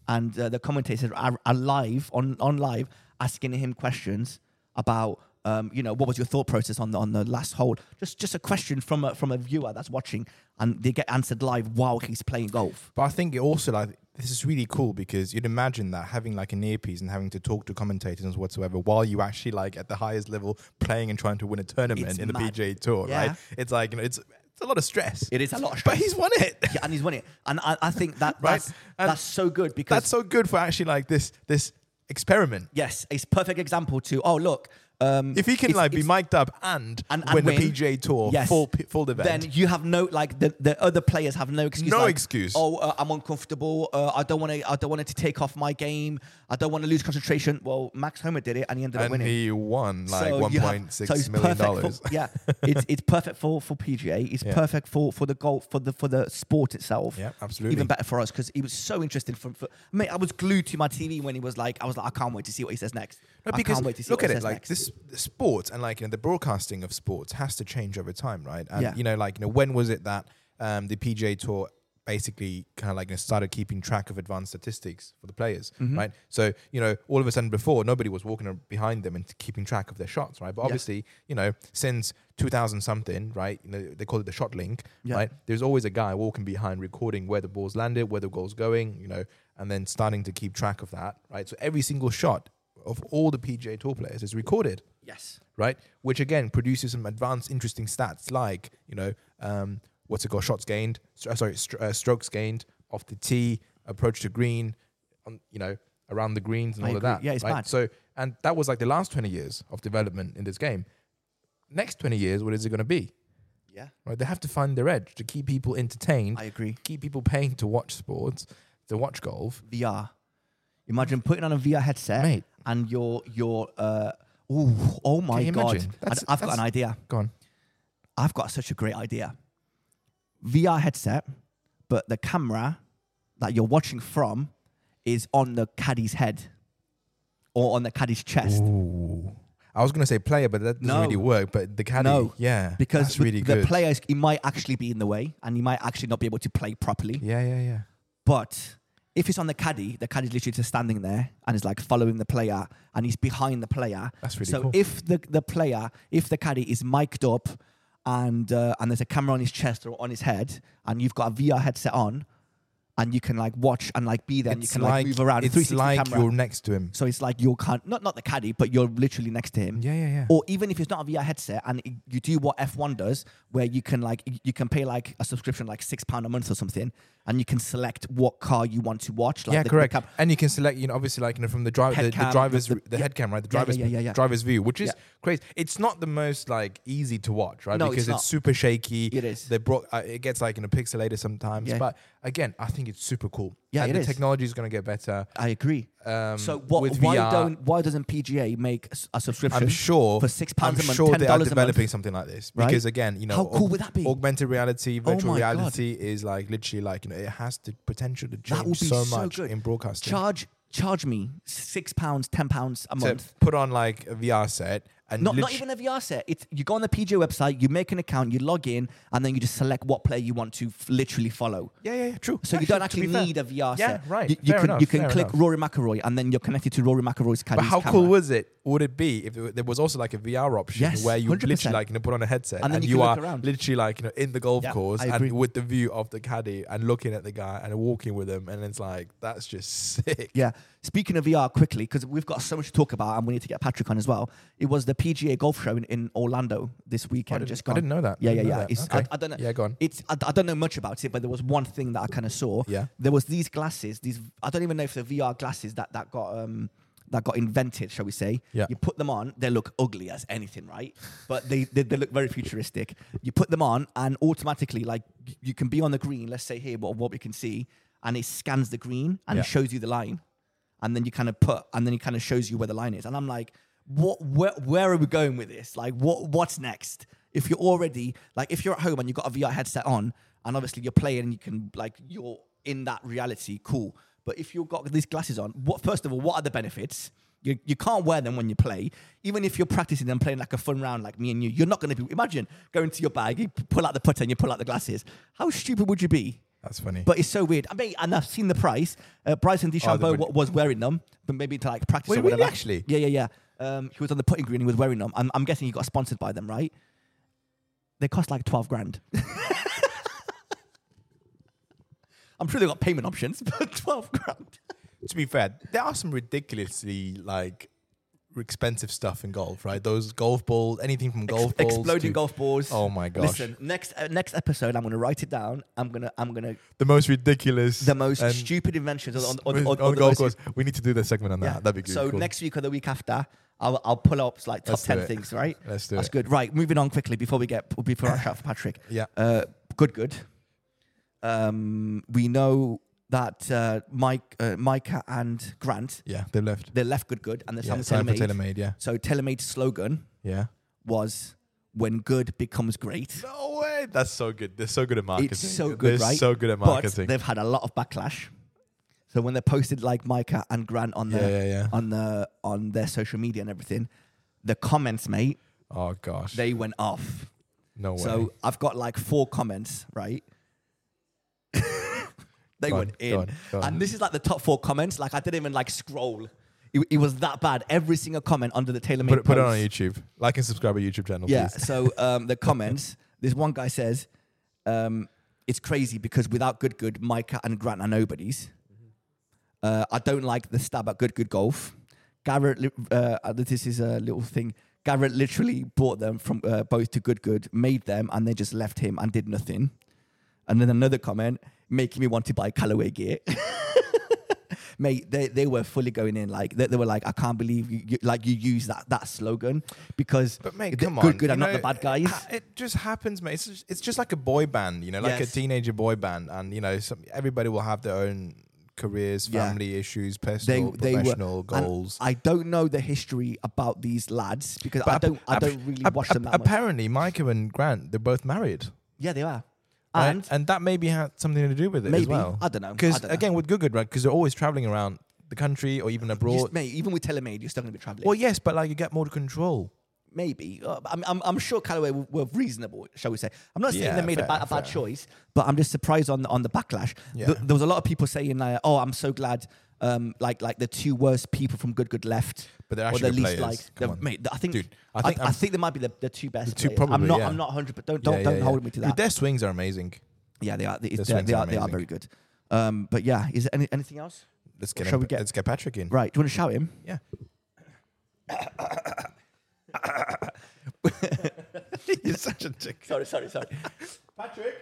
S1: and uh, the commentators are, are live on, on live asking him questions about um, you know what was your thought process on the, on the last hole just just a question from a, from a viewer that's watching and they get answered live while he's playing golf
S2: But I think it also like this is really cool because you'd imagine that having like an earpiece and having to talk to commentators and whatsoever while you actually like at the highest level playing and trying to win a tournament
S1: It's
S2: in the
S1: mad.
S2: PGA Tour,
S1: Yeah.
S2: right? It's like you know, it's it's a lot of stress.
S1: It is a lot of
S2: But
S1: stress.
S2: he's won it.
S1: yeah, and he's won it and I, I think that
S2: Right.
S1: that's,
S2: And
S1: that's so good because
S2: That's so good for actually like this this experiment.
S1: yes it's perfect example to oh look um,
S2: If he can
S1: it's-
S2: like be
S1: it's-
S2: mic'd up and,
S1: and, and
S2: win
S1: win,
S2: the PGA Tour
S1: yes,
S2: full p- full event,
S1: Then you have no like the, the other players have no excuse.
S2: No
S1: like,
S2: excuse.
S1: Oh, uh, I'm uncomfortable. Uh, I don't want to. I don't want it to take off my game. I don't want to lose concentration. Well, Max Homer did it, and he ended up
S2: and
S1: winning.
S2: he won like
S1: So
S2: one
S1: you have-
S2: point six
S1: so
S2: million
S1: it's perfect for-
S2: dollars.
S1: yeah, it's it's perfect for for PGA. It's
S2: Yeah.
S1: perfect for for the golf for the for the sport itself.
S2: Yeah, absolutely.
S1: Even better for us because it was so interesting. For, for mate, I was glued to my TV when he was like, I was like, I can't wait to see what he says next.
S2: No,
S1: I
S2: because
S1: can't wait to see
S2: look
S1: what
S2: at
S1: he
S2: it
S1: says
S2: like
S1: next.
S2: this the sport and like you know the broadcasting of sports has to change over time, right? And
S1: Yeah.
S2: you know like you know when was it that um, the PGA Tour basically kind of like you know, started keeping track of advanced statistics for the players,
S1: Mm-hmm.
S2: right? So you know, all of a sudden before nobody was walking ar- behind them and keeping track of their shots, right? But obviously, you know, since 2000 something, right? You know, they call it the shot link,
S1: Yeah.
S2: right? There's always a guy walking behind, recording where the ball's landed, where the goal's going, you know, and then starting to keep track of that, right? So every single shot of all the PGA Tour players is recorded
S1: Yes.
S2: right? Which again produces some advanced, interesting stats like you know um, what's it called? Shots gained, stro- sorry, stro- uh, strokes gained off the tee, approach to green, on you know around the greens and
S1: I
S2: all of
S1: agree.
S2: that.
S1: Yeah, it's
S2: right?
S1: mad.
S2: So and that was like the last twenty years of development in this game. Next twenty years, what is it going to be?
S1: Yeah.
S2: Right? They have to find their edge to keep people entertained,
S1: I agree.
S2: keep people paying to watch sports, to watch golf.
S1: VR. Imagine putting on a VR headset
S2: Mate.
S1: and your your uh ooh, oh my
S2: Can you
S1: god.
S2: imagine?
S1: I-
S2: That's-
S1: I've got
S2: that's-
S1: an idea.
S2: Go on.
S1: I've got such a great idea. VR headset, but the camera that you're watching from is on the caddy's head or on the caddy's chest.
S2: Ooh. I was going to say player, but that doesn't
S1: No.
S2: really work. But the caddy,
S1: No.
S2: yeah,
S1: Because
S2: that's
S1: with
S2: really
S1: the
S2: good.
S1: players, he might actually be in the way and he might actually not be able to play properly.
S2: Yeah, yeah, yeah.
S1: But if it's on the caddy, the caddy's literally just standing there and is like following the player and he's behind the player.
S2: That's really
S1: so
S2: cool.
S1: if the, the player, if the caddy is mic'd up and uh, and there's a camera on his chest or on his head and you've got a VR headset on and you can like watch and like be there and you can like, move around.
S2: It's
S1: 360
S2: like
S1: camera.
S2: you're next to him.
S1: so it's like you're kind not not the caddy, but you're literally next to him.
S2: Yeah, yeah, yeah.
S1: Or even if it's not a VR headset and i- you do what F1 does, where you can like y- you can pay like a subscription like six pound a month or something, and you can select what car you want to watch. Like
S2: yeah,
S1: the- the
S2: correct.
S1: cam-
S2: and you can select, you know, obviously, like you know, from the driver,
S1: Head
S2: the,
S1: cam,
S2: the driver's,
S1: the-
S2: the,
S1: the-
S2: head cam, right? The
S1: Yeah, yeah,
S2: driver's,
S1: yeah, yeah, yeah.
S2: driver's view, which is
S1: Yeah.
S2: crazy. It's not the most like easy to watch, right?
S1: No, it's
S2: because it's,
S1: not.
S2: super shaky.
S1: It is.
S2: They brought uh, it gets like you know pixelated sometimes,
S1: Yeah.
S2: but again, I think it's super cool.
S1: Yeah,
S2: and
S1: it
S2: the
S1: is.
S2: technology is going to get better.
S1: I agree.
S2: Um,
S1: so what?
S2: with
S1: why
S2: VR,
S1: don't why doesn't PGA make a s- a subscription?
S2: I'm sure
S1: for six pounds
S2: I'm
S1: a month,
S2: sure
S1: ten
S2: they are
S1: dollars a
S2: developing
S1: month.
S2: something like this
S1: Right?
S2: because again, you know,
S1: How cool would that be? Oh
S2: Augmented reality, virtual
S1: my God.
S2: reality is like literally like you know it has the potential to change
S1: That would be
S2: so
S1: so,
S2: much
S1: good
S2: in broadcasting.
S1: Charge charge me six pounds, ten pounds a
S2: to
S1: month.
S2: put on like a VR set and
S1: Not, not
S2: literally-
S1: even a VR set. It's, you go on the PGA website, you make an account, you log in, and then you just select what player you want to f- literally follow.
S2: yeah, yeah, yeah, true.
S1: So you don't actually need a VR
S2: Yeah,
S1: set.
S2: right.
S1: You, you
S2: Fair
S1: can
S2: enough,
S1: you can
S2: fair
S1: click
S2: enough.
S1: Rory McIlroy and then you're connected to Rory McIlroy's
S2: But
S1: caddy's
S2: how
S1: camera.
S2: cool was it? Would it be if there there was also like a VR option
S1: Yes,
S2: where you
S1: 100%.
S2: literally like you know put on a headset
S1: And
S2: and,
S1: then you
S2: you,
S1: can
S2: are
S1: look around.
S2: literally like you know in the golf
S1: Yeah,
S2: course
S1: I agree.
S2: and with the view of the caddy and looking at the guy and walking with him and it's like that's just sick.
S1: Yeah. Speaking of VR, quickly because we've got so much to talk about and we need to get Patrick on as well. It was the PGA Golf Show in, in Orlando this
S2: I
S1: weekend.
S2: didn't-
S1: just
S2: I
S1: gone.
S2: didn't know that.
S1: Yeah, yeah,
S2: Didn't know
S1: yeah.
S2: that.
S1: It's,
S2: Okay.
S1: I, I don't know.
S2: Yeah, go on.
S1: It's I, I don't know much about it, but there was one thing that I kind of saw.
S2: Yeah.
S1: There was these glasses. These I don't even know if they're VR glasses that that got um that got invented, shall we say?
S2: Yeah.
S1: You put them on, they look ugly as anything, right? But they, they they look very futuristic. You put them on, and automatically, like y- you can be on the green. Let's say here what what we can see, and it scans the green and
S2: Yeah.
S1: it shows you the line, and then you kind of put, and then it kind of shows you where the line is. And I'm like, what? Where where are we going with this? Like what what's next? If you're already like if you're at home and you've got a VR headset on, and obviously you're playing and you can like you're in that reality, cool. But if you've got these glasses on, what first of all, what are the benefits? You, you can't wear them when you play. Even if you're practicing and playing like a fun round like me and you, you're not going to be. Imagine going to your bag, you p- pull out the putter and you pull out the glasses. How stupid would you be?
S2: That's funny.
S1: But it's so weird. I mean, and I've seen the price. Uh, Bryson DeChambeau
S2: really?
S1: wa- was wearing them, but maybe to like practice
S2: Oh, Wait,
S1: or
S2: really,
S1: whatever.
S2: actually?
S1: Yeah, yeah, yeah. Um, he was on the putting green. He was wearing them. I'm, I'm guessing he got sponsored by them, right? They cost like twelve grand. I'm sure they got payment options, but twelve grand.
S2: to be fair, there are some ridiculously like expensive stuff in golf, right? Those golf balls, anything from golf balls,
S1: Exploding
S2: to-
S1: golf balls.
S2: Oh my gosh!
S1: Listen, next uh, next episode, I'm gonna write it down. I'm gonna I'm gonna
S2: the most ridiculous,
S1: the most
S2: and
S1: stupid inventions on, on,
S2: with-
S1: on, on,
S2: on
S1: the
S2: golf
S1: most-
S2: course. We need to do the segment on that. That'd be good.
S1: So
S2: cool.
S1: next week or the week after, I'll, I'll pull up like top
S2: Let's do
S1: ten
S2: it.
S1: things. Right.
S2: Let's do
S1: That's
S2: it.
S1: good. Right. Moving on quickly before we get before I shout for Patrick.
S2: Yeah.
S1: Uh, good. Good. Um, we know that uh, Mike, uh, Micah, and Grant
S2: yeah, they left.
S1: they left Good Good and they
S2: Yeah,
S1: signed
S2: signed for
S1: Telemade.
S2: TaylorMade. Yeah,
S1: So Telemade's slogan
S2: yeah.
S1: was "When good becomes great."
S2: No way! That's so good. They're so good at marketing.
S1: It's so
S2: They're
S1: good, right?
S2: So good at
S1: But
S2: marketing.
S1: they've had a lot of backlash. So when they posted like Micah and Grant on
S2: yeah,
S1: their
S2: yeah, yeah.
S1: on the on their social media and everything, the comments, mate,
S2: Oh gosh,
S1: they went off.
S2: no way.
S1: So I've got like four comments, right? They
S2: Go on,
S1: went
S2: go
S1: in.
S2: on, go on.
S1: And this is like the top four comments. Like I didn't even like scroll. It, it was that bad. Every single comment under the tailor
S2: Put it, put it on YouTube. Like and subscribe our YouTube channel,
S1: Yeah.
S2: please.
S1: So um, the comments. this one guy says, um, "It's crazy because without Good Good, Micah and Grant are nobodies." Uh, I don't like the stab at Good Good Golf. Garrett, li- uh, uh, this is a little thing. Garrett literally brought them from uh, both to Good Good, made them, and they just left him and did nothing. And then another comment making me want to buy Callaway gear. Mate, they, they were fully going in like they, they were like I can't believe you, you like you use that that slogan because
S2: But mate,
S1: the
S2: come
S1: good
S2: on.
S1: good
S2: you
S1: are not the
S2: know,
S1: bad guys.
S2: It, ha- it just happens, mate. It's just, it's just like a boy band, you know, like
S1: Yes.
S2: a teenager boy band, and you know, some, everybody will have their own careers,
S1: Yeah.
S2: family issues,
S1: they
S2: personal,
S1: they were
S2: professional
S1: and
S2: goals.
S1: I don't know the history about these lads because I
S2: ap-
S1: don't I
S2: ap-
S1: don't really
S2: ap-
S1: watch
S2: ap-
S1: them that much.
S2: Apparently, Micah and Grant, they're both married.
S1: Yeah, they are.
S2: right?
S1: And
S2: and that maybe had something to do with it as
S1: Maybe.
S2: well.
S1: I don't know. I
S2: Because
S1: don't know.
S2: again, with Good Good, right? Because they're always traveling around the country or even
S1: you
S2: abroad.
S1: just, mate, even with Telemade, you're still going to be traveling.
S2: well, yes, but like you get more control.
S1: maybe. Uh, I'm, I'm, I'm sure Callaway w- were reasonable, shall we say. I'm not saying
S2: Yeah,
S1: they made a,
S2: fair,
S1: ba- a bad
S2: fair.
S1: choice, but I'm just surprised on on the backlash.
S2: Yeah.
S1: Th- there was a lot of people saying, uh, "Oh, I'm so glad." Um, like like the two worst people from Good Good left,
S2: But they're
S1: or
S2: actually
S1: the
S2: good
S1: least
S2: players.
S1: liked.
S2: Come
S1: The-
S2: on.
S1: mate, I think I
S2: Dude, I
S1: think
S2: think
S1: I,
S2: I'm-
S1: think they might be the, the two best.
S2: The two
S1: players. I'm
S2: probably,
S1: not
S2: yeah.
S1: I'm not 100, but don't
S2: Yeah,
S1: don't
S2: yeah,
S1: don't
S2: yeah.
S1: hold me to
S2: Dude,
S1: that.
S2: their swings are amazing.
S1: yeah, they are. They, they,
S2: their swings
S1: they
S2: are
S1: are they are very
S2: amazing.
S1: good. Um, but yeah, is there any, anything else?
S2: Let's get
S1: Shall
S2: him,
S1: we get-
S2: let's get Patrick in.
S1: Right, do you want to shout him?
S2: Yeah. You're such a dick.
S1: Sorry, sorry, sorry.
S2: Patrick.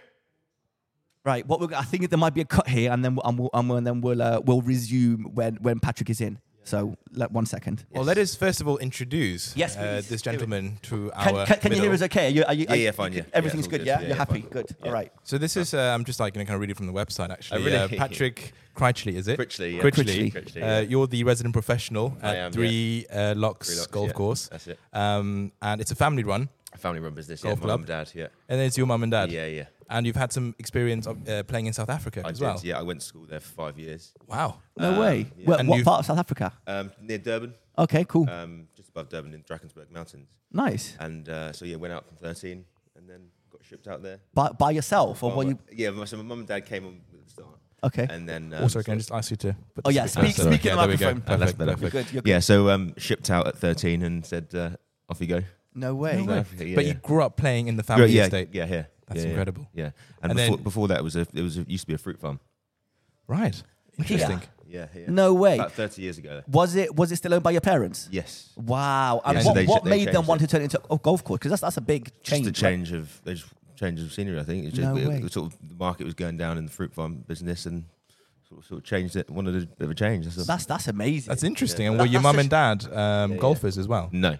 S1: Right, what we're, I think there might be a cut here, and then we'll, and we'll, and we'll- and then we'll uh, we'll resume when when Patrick is in. So let one second.
S2: Well, let us first of all introduce
S1: Yes,
S2: uh,
S1: please.
S2: this
S1: Do it.
S2: gentleman to
S1: Can,
S2: our.
S1: can, can you hear
S2: middle.
S1: us? Okay? Are you, are you,
S3: Yeah,
S1: are you-
S3: yeah, fine, yeah.
S1: Everything's
S3: Yeah, it's
S1: good.
S3: all good.
S1: Yeah,
S3: Yeah,
S1: you're
S3: yeah,
S1: happy.
S3: fine.
S1: Good.
S3: Yeah.
S1: All right.
S2: So this is uh, I'm just like you know, kind of reading from the website
S1: Oh,
S2: actually.
S3: really?
S2: Uh, Patrick Critchley, is it?
S3: Critchley, yeah.
S2: Critchley.
S3: Critchley,
S2: Uh,
S3: yeah.
S2: You're the resident professional
S3: I
S2: at
S3: am, yeah.
S2: Three uh, Locks
S3: Three Locks,
S2: Golf
S3: yeah.
S2: Course.
S3: That's it.
S2: Um, and it's a family run,
S3: A family run business.
S2: Golf
S3: yeah, my mum
S2: club?
S3: and dad. Yeah.
S2: and it's your mum and dad.
S3: Yeah, yeah.
S2: And you've had some experience of uh, playing in South Africa
S3: I
S2: as
S3: did.
S2: well.
S3: Yeah, I went to school there for five years.
S2: Wow.
S1: No way.
S3: Uh, yeah.
S1: Well,
S2: And
S1: what
S2: you've-
S1: part of South Africa?
S3: Um, near Durban,
S1: Okay, cool.
S3: um, just above Durban in Drakensberg Mountains.
S1: nice.
S3: And uh, so yeah, went out from 13 and then got shipped out there.
S1: By, by yourself, or
S3: Well,
S1: were
S3: my-
S1: you?
S3: Yeah, my- so my mum and dad came on at the start.
S1: Okay.
S3: And then um,
S2: Also, can I
S3: sort
S2: just ask you to? Put
S1: Oh,
S2: this
S1: yeah,
S2: a bit
S1: speak-
S2: closer?
S1: speak in
S2: yeah,
S1: the
S2: there we go.
S1: microphone.
S3: Oh, that's
S2: Perfect,
S3: better.
S2: perfect.
S1: Good. You're
S3: of- yeah, so um, shipped out at 13 and said, uh, off you go.
S1: No way.
S3: No way. Africa, yeah,
S2: but
S3: yeah.
S2: you grew up playing in the family
S3: yeah,
S2: estate,
S3: yeah, here.
S2: That's
S3: Yeah, yeah,
S2: incredible.
S3: Yeah, and,
S2: And
S3: before,
S2: then-
S3: before that it was a it was a, used to be a fruit farm.
S2: right? Interesting.
S3: Yeah, here.
S1: No way.
S3: About 30 years ago.
S1: Was it was it still owned by your parents?
S3: Yes.
S1: Wow. And
S3: Yeah,
S1: what,
S3: so they-
S1: what
S3: they
S1: made them
S3: changed
S1: want
S3: it.
S1: to turn it into a golf course? Because that's that's a big change.
S3: just a change of there's change of scenery. I think it's just
S1: No
S3: it-
S1: way.
S3: it sort of the market was going down in the fruit farm business and sort of, sort of changed it. Wanted a bit of a change. That's all.
S1: That's that's amazing.
S2: That's interesting. And
S1: That-
S2: were your
S1: that's
S2: mum
S1: a-
S2: and dad um, golfers as well?
S3: no.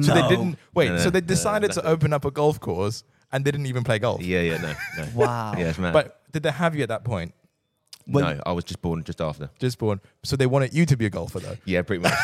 S2: So
S1: No.
S2: they didn't wait.
S3: No, no,
S2: so they
S3: no, no,
S2: decided to
S3: nothing.
S2: open up a golf course and they didn't even play golf.
S3: Yeah, yeah, no, no.
S1: Wow.
S3: Yeah, it's mad.
S2: But did they have you at that point?
S1: Well-
S3: no, I was just born just after.
S2: Just born. So they wanted you to be a golfer though.
S3: Yeah, pretty much.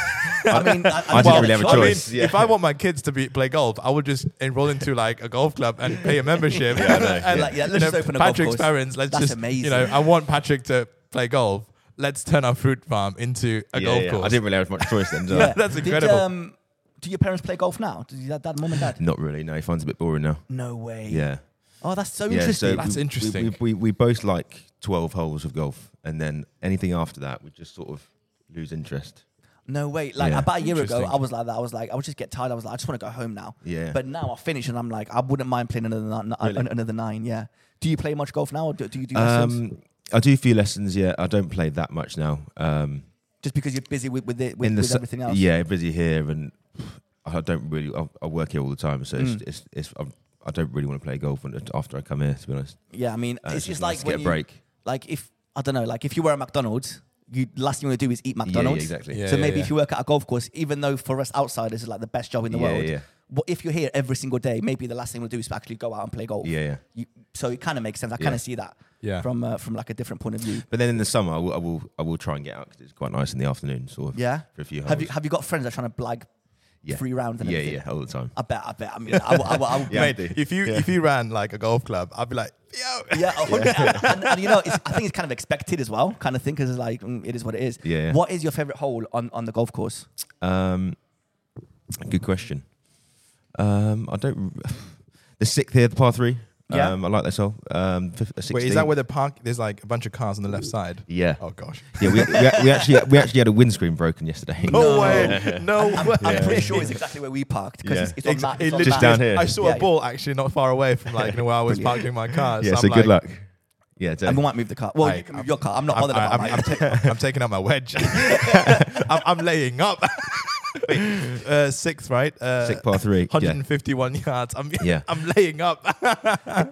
S1: I mean, I,
S3: I didn't
S1: well,
S3: really have a
S1: I mean,
S3: choice. yeah.
S2: if I want my kids to be play golf, I would just enroll into like a golf club and pay a membership.
S3: Yeah, I
S2: and,
S3: know, yeah.
S1: uh, Like, yeah, let's
S2: you know,
S1: just open a golf
S2: Patrick's
S1: course.
S2: parents. Let's
S1: That's
S2: just you know,
S1: amazing.
S2: I want Patrick to play golf. Let's turn our fruit farm into a
S3: yeah,
S2: golf
S3: yeah.
S2: course.
S3: I didn't really have much choice then. Did
S1: yeah.
S3: I?
S2: That's
S1: Did,
S2: incredible.
S1: um, do your parents play golf now? Do your dad, mum, and dad?
S3: Not really. No, he finds it a bit boring now.
S1: No way.
S3: Yeah.
S1: Oh, that's so
S3: Yeah, so
S1: interesting.
S2: That's
S3: we- we-
S2: interesting.
S3: We, we, we both like 12 holes of golf, and then anything after that, we just sort of lose interest.
S1: no way. Like
S3: Yeah.
S1: about a year ago,
S2: Interesting.
S1: I was like that. I was like, I would just get tired. I was like, I just want to go home now.
S3: Yeah.
S1: But now I finish and I'm like, I wouldn't mind playing another ni-
S3: Really?
S1: an- another nine. Yeah. Do you play much golf now, or do, do you do lessons?
S3: Um, I do a few lessons, yeah. I don't play that much now. Um,
S1: Just because you're busy with with, it, with,
S3: in the
S1: with
S3: su-
S1: everything else.
S3: Yeah, busy here, and I don't really. I, I work here all the time, so
S1: Mm.
S3: it's, it's, it's I'm, I don't really want to play golf when- after I come here. To be honest,
S1: Yeah. I mean,
S3: Uh,
S1: it's just
S3: nice
S1: like
S3: to
S1: when
S3: get a
S1: you-
S3: break.
S1: like if I don't know, like if you were at McDonald's, you last thing you want to do is eat
S3: Yeah, yeah,
S1: McDonald's.
S3: exactly.
S2: Yeah,
S1: so maybe if you work at a golf course, even though for us outsiders it's like the best job in the
S3: Yeah,
S1: world,
S3: yeah.
S1: What, if you're here every single day, maybe the last thing we'll do is actually go out and play golf.
S3: Yeah, yeah.
S1: You, so it kind of makes sense. I
S3: Yeah.
S1: kind of see that
S2: Yeah.
S1: from uh, from like a different point of view.
S3: But then in the summer, I will, I will, I will try and get out 'cause it's quite nice in the afternoon, sort of.
S1: Yeah.
S3: for a few hours.
S1: Have you have you got friends that are trying to blag
S3: yeah.
S1: free rounds and
S3: Yeah,
S1: everything?
S3: yeah, all the time.
S1: I bet. I bet. I mean, I, would- I, would- I, would-
S3: Yeah.
S1: yeah.
S2: Mate, if you if you ran like a golf club, I'd be like, yo.
S1: a hundred- oh, and, and you know, it's, I think it's kind of expected as well, kind of thing, because it's like mm, it is what it is.
S3: Yeah, yeah.
S1: What is your favorite hole on, on the golf course?
S3: Um, good question. Um, I don't. The sixth here, the par three.
S1: Yeah.
S3: Um, I like that song. Um, fif- uh, 16.
S2: Wait, is that where the park? There's like a bunch of cars on the left side.
S3: Yeah.
S2: Oh gosh.
S3: Yeah, we, we, we actually we actually had a windscreen broken yesterday.
S2: No, way. No
S1: I'm,
S2: way.
S1: I'm pretty sure it's exactly where we parked because
S3: Yeah.
S1: it's, it's on
S2: Ex-
S1: that.
S2: it
S1: It's on
S2: literally-
S3: Just
S1: that.
S3: down here.
S2: I saw
S1: Yeah,
S2: a
S1: yeah.
S2: ball actually not far away from like you know, where I was parking
S3: Brilliant.
S2: my car.
S3: Yeah, so,
S2: I'm
S3: good
S2: like,
S3: luck.
S2: Yeah.
S1: And we
S3: Dave.
S1: might move the car. Well,
S2: I-
S1: you can move
S2: I'm-
S1: your car. I'm not
S2: I'm,
S1: bothered about
S2: I'm-
S1: mine.
S2: I'm ta- I'm taking out my wedge. I'm, I'm laying up. Wait, uh, sixth, right? Uh,
S3: Sick par three. Yeah,
S2: 151 yards. I'm,
S3: Yeah.
S2: I'm laying up.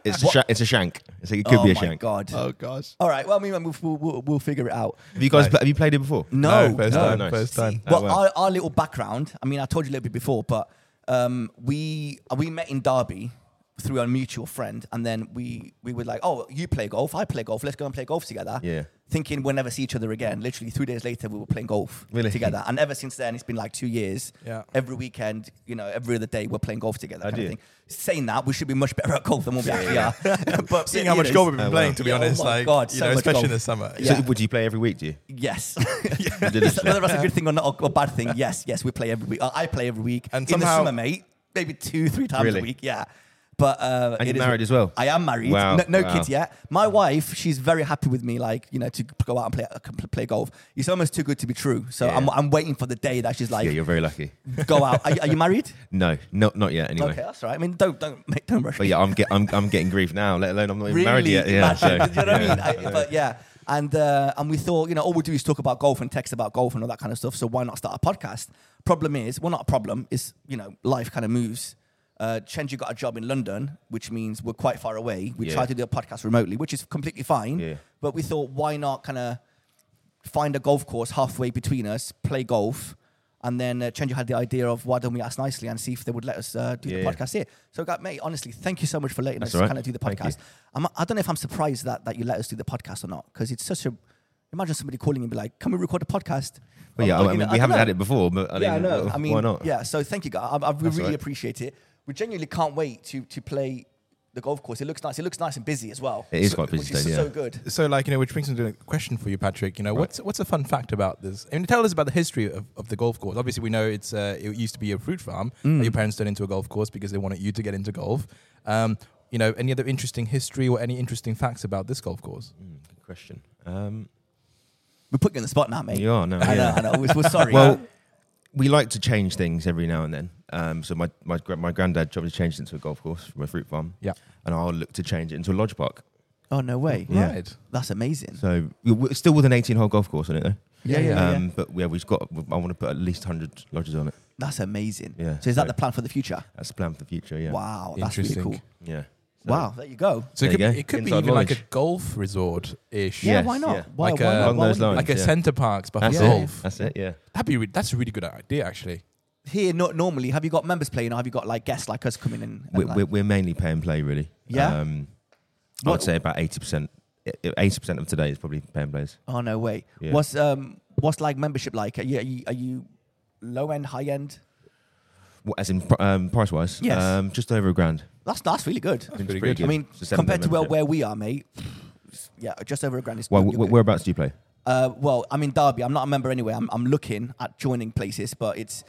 S3: it's a, sha- it's a shank. It's like, it could
S1: oh
S3: be a
S1: my
S3: shank.
S1: god.
S2: oh gosh.
S1: All right. Well, I mean, we'll, we'll, we'll, we'll figure it out.
S3: Have you guys pla- have you played it before?
S1: No,
S2: first
S1: no.
S2: time.
S3: nice.
S2: First time.
S3: Oh,
S1: Well,
S3: wow.
S1: our, our little background. I mean, I told you a little bit before, but um, we we met in Derby through our mutual friend, and then we we were like, "Oh, you play golf, I play golf. Let's go and play golf together."
S3: Yeah.
S1: Thinking we'll never see each other again. Literally, three days later, we were playing golf
S3: Really?
S1: together, and ever since then, it's been like two years.
S2: Yeah.
S1: Every weekend, you know, every other day, we're playing golf together. Kind
S3: dear.
S1: of thing. Saying that, we should be much better at golf than what we actually are. but
S2: Seeing
S1: it-
S2: how
S1: it
S2: much
S1: is.
S2: golf we've been
S3: Oh, wow.
S2: playing, to be
S1: Yeah, oh
S2: honest,
S1: my
S2: like
S1: God,
S2: you
S1: so
S2: know,
S1: much
S2: especially in
S1: golf.
S2: the summer.
S1: Yeah.
S3: So would you play every week? Do you?
S1: Yes.
S3: You did
S1: Is
S3: this,
S1: that- whether that's a good thing or not, or, or bad thing. Yes, yes, we play every week. I, I play every week in
S2: And somehow-
S1: the summer, mate. Maybe two, three times
S3: Really?
S1: a week. Yeah, but uh,
S3: And
S1: it
S3: you're
S1: is-
S3: married as well?
S1: I am married.
S3: Wow,
S1: No, no
S3: wow.
S1: kids yet. My wife, she's very happy with me. Like you know, to go out and play uh, play golf. It's almost too good to be true. So
S3: Yeah.
S1: I'm, I'm waiting for the day that she's like,
S3: yeah, you're very lucky.
S1: go out. Are, you- are you married?
S3: No, not not yet. Anyway,
S1: Okay, that's right. I mean, don't don't mate, don't rush.
S3: but
S1: me.
S3: yeah, I'm get I'm I'm getting grief now. Let alone I'm not even
S1: really
S3: married yet. Yeah,
S1: imagine-
S3: so,
S1: do you know what
S3: yeah.
S1: I mean? I- but yeah, and uh, and we thought, you know, all we do is talk about golf and text about golf and all that kind of stuff. So why not start a podcast? Problem is, well, not a problem. Is you know, life kind of moves. Uh, Chenji got a job in London, which means we're quite far away. We
S3: Yeah.
S1: tried to do a podcast remotely, which is completely fine.
S3: Yeah.
S1: But we thought, why not kind of find a golf course halfway between us, play golf, and then uh, Chenji had the idea of why don't we ask nicely and see if they would let us uh, do
S3: Yeah.
S1: the podcast here. So, guy, mate, honestly, thank you so much for letting
S3: That's
S1: us
S3: all right.
S1: kind of do the
S3: Thank you.
S1: podcast. I'm, I don't know if I'm surprised that, that you let us do the podcast or not because it's such a. Imagine somebody calling you and be like, "Can we record a podcast?"
S3: But yeah,
S1: Or,
S3: I
S1: you
S3: mean,
S1: know,
S3: we
S1: don't
S3: haven't
S1: know.
S3: had it before, but I
S1: yeah, I
S3: mean, uh,
S1: know. I mean,
S3: why not?
S1: Yeah, so thank you, guys. I, I we
S3: That's
S1: really
S3: right.
S1: appreciate it. We genuinely can't wait to to play the golf course. It looks nice. It looks nice and busy as well.
S3: It is quite busy
S1: which is
S3: today,
S1: so
S3: yeah.
S1: good.
S2: So, like you know, which brings me to a question for you, Patrick. You know, what's what's a fun fact about this? I mean, tell us about the history of, of the golf course. Obviously, we know it's uh, it used to be a fruit farm.
S3: Mm.
S2: and Your parents turned into a golf course because they wanted you to get into golf. Um, you know, any other interesting history or any interesting facts about this golf course?
S3: Mm, good question. Um,
S1: We're putting you on the spot now, mate.
S3: you are now.
S1: I know.
S3: yeah.
S1: I know. We're, we're sorry.
S3: Well, we like to change things every now and then. Um, so my my gra- my granddad job has changed it into a golf course from a fruit farm.
S2: Yeah.
S3: and I'll look to change it into a lodge park.
S1: oh no way.
S3: Yeah.
S2: Right.
S1: That's amazing.
S3: So we- we're still with an 18 hole golf course on it though.
S1: Yeah, yeah, yeah.
S3: Um, but yeah, we've got. I want to put at least 100 lodges on it.
S1: That's amazing.
S3: Yeah,
S1: So is that
S3: so-
S1: the plan for the future?
S3: That's the plan for the future. Yeah.
S1: Wow, that's really
S2: Interesting.
S1: cool.
S3: Yeah. So-
S1: Wow, there you go.
S2: So it
S3: There
S2: could,
S3: you go.
S2: it could be
S3: Inside
S2: even like a
S3: knowledge.
S2: golf resort ish.
S1: Yeah,
S3: Yes,
S1: why not?
S3: yeah.
S1: Why,
S2: Like,
S1: why
S2: uh,
S1: not?
S3: along
S1: Why
S3: those
S1: wouldn't
S3: lines.
S2: Like a
S3: Yeah.
S2: centre parks, but
S3: That's
S2: for
S1: Yeah.
S3: it.
S2: golf.
S3: That's it. Yeah.
S2: That'd be re- that's a really good idea,
S1: you?
S2: actually.
S1: Here, not normally, have you got members playing or have you got like guests like us coming in? and,
S3: We're,
S1: like-
S3: we're, we're mainly pay and play really.
S1: Yeah?
S3: Um, I'd
S1: What-
S3: say about 80 percent. 80 percent of today is probably pay and plays.
S1: oh no way.
S3: Yeah.
S1: What's um what's like membership like? Are you are you, are you low end, high end?
S3: Well, as in pr- um, price wise.
S1: Yes.
S3: Um, just over a grand.
S1: That's that's really good.
S3: I think
S2: pretty
S3: it's
S2: good.
S1: I mean,
S3: It's a seven-day
S1: compared to where,
S3: membership.
S1: where we are, mate. Yeah, just over a grand. Is
S3: Well,
S1: you're
S3: wh-
S1: good.
S3: wh- whereabouts do you play?
S1: Uh, well, I'm in Derby. I'm not a member anyway. I'm, I'm looking at joining places, but it's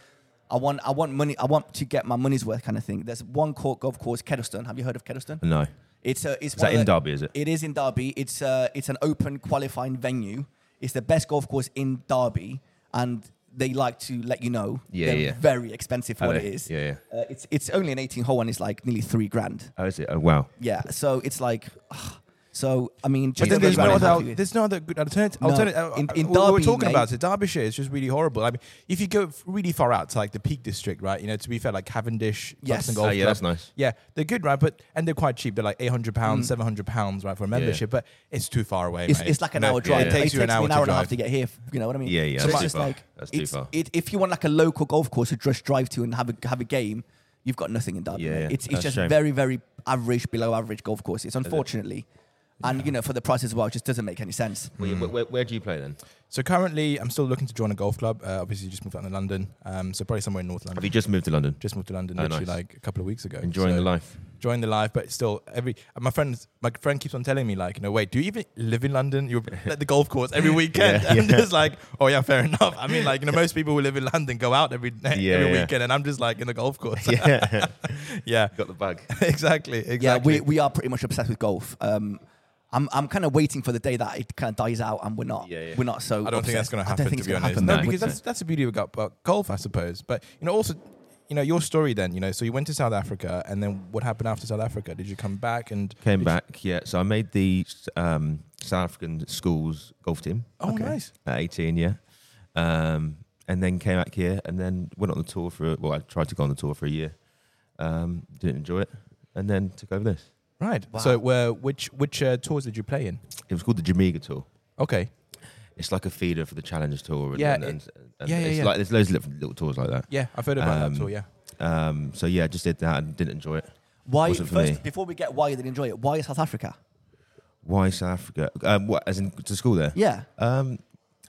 S1: I want I want money. I want to get my money's worth kind of thing. There's one court golf course, Kedleston. Have you heard of Kedleston?
S3: No. Is
S1: It's a it's
S3: that
S1: one of
S3: in
S1: the-
S3: Derby? Is it?
S1: It is in Derby. It's uh, it's an open qualifying venue. It's the best golf course in Derby, and they like to let you know.
S3: Yeah,
S1: they're
S3: yeah.
S1: Very expensive for
S3: Oh,
S1: what it
S3: yeah.
S1: is.
S3: Yeah, yeah.
S1: Uh, it's it's only an 18 hole and it's like nearly three grand.
S3: Oh, is it? Oh, wow.
S1: Yeah, so it's like, ugh. so I mean, just
S2: But then
S1: over a
S2: there's no
S1: grand is
S2: other
S1: happy with.
S2: there's no other good alternative.
S1: No.
S2: alternative
S1: In- in
S2: we were
S1: Derby,
S2: talking
S1: mate.
S2: about it. Derbyshire is just really horrible. I mean, if you go f- really far out to like the Peak District, right? You know, to be fair, like Cavendish,
S1: Yes.
S2: Buxton
S3: Oh,
S2: Golf
S3: yeah,
S2: Club,
S3: that's nice.
S2: Yeah, they're good, right? But and they're quite cheap. They're like eight hundred pounds, seven hundred pounds, right, for a
S3: yeah.
S2: membership. But it's too far away.
S1: Mm. It's,
S2: mate.
S1: it's like an
S2: No,
S1: hour drive.
S3: yeah.
S1: It
S2: It
S1: takes,
S2: takes you an hour
S1: me an hour
S2: to
S1: and a half
S2: drive.
S1: to get here. f- You know what I mean?
S3: Yeah, yeah,
S1: So
S3: that's
S1: it's
S3: too
S1: just
S3: far.
S1: like
S3: That's too
S1: it's,
S3: far.
S1: It, if you want like a local golf course to just drive to and have a have a game, you've got nothing in Derby.
S3: Yeah,
S1: mate.
S3: yeah.
S1: It's
S3: That's
S1: it's just
S3: a shame.
S1: very very average, below average golf course. It's unfortunately. And you know, for the price as well, it just doesn't make any sense.
S3: Where, where, where do you play then?
S2: So currently, I'm still looking to join a golf club. Uh, obviously, just moved down to London, um, so probably somewhere in North
S3: Have
S2: London.
S3: you just moved to London?
S2: Just moved to London
S3: Oh,
S2: literally
S3: nice.
S2: like a couple of weeks ago.
S3: Enjoying
S2: So-
S3: the life.
S2: enjoying the life, but still every and my friend my friend keeps on telling me like, you know, wait, do you even live in London? You're at the golf course every weekend,
S3: Yeah,
S2: and I'm
S3: yeah.
S2: just like, oh yeah, fair enough. I mean, like you know, most people who live in London go out every every
S3: Yeah, yeah.
S2: weekend, and I'm just like in the golf course.
S3: Yeah,
S2: yeah,
S3: got the bag.
S2: exactly, exactly.
S1: Yeah, we, we are pretty much obsessed with golf. Um, I'm, I'm kind of waiting for the day that it kind of dies out and we're not
S3: Yeah, yeah.
S1: we're not so.
S2: I don't think that's
S1: obsessed.
S2: going to
S1: I don't
S2: happen.
S1: think
S2: To
S1: it's
S2: be
S1: gonna
S2: honest,
S1: happen,
S2: no,
S1: though.
S2: because that's that's the beauty about uh, golf, I suppose. But you know, also, you know, your story then. You know, so you went to South Africa, and then what happened after South Africa? Did you come back and?
S3: Came back, yeah. So I made the um, South African schools golf team
S2: Oh,
S1: Okay.
S2: nice.
S3: at 18, yeah. Um, and then came back here and then went on the tour for, well, I tried to go on the tour for a year. Um, didn't enjoy it. And then took over this.
S2: Right.
S1: Wow.
S2: So, where which which uh, tours did you play in?
S3: It was called the Jamaica Tour.
S2: Okay.
S3: It's like a feeder for the Challengers Tour. And,
S2: Yeah,
S3: and,
S2: it-
S3: and, and
S2: yeah, yeah,
S3: it's
S2: yeah.
S3: like there's loads of little, little tours like that.
S2: Yeah, I've heard about
S3: Um,
S2: that tour. Yeah.
S3: Um, so yeah, just did that and didn't enjoy it.
S1: Why
S3: Wasn't for me.
S1: first before we get why you didn't enjoy it? Why South Africa?
S3: Why South Africa? Um, what, as in to school there?
S1: Yeah,
S3: Um,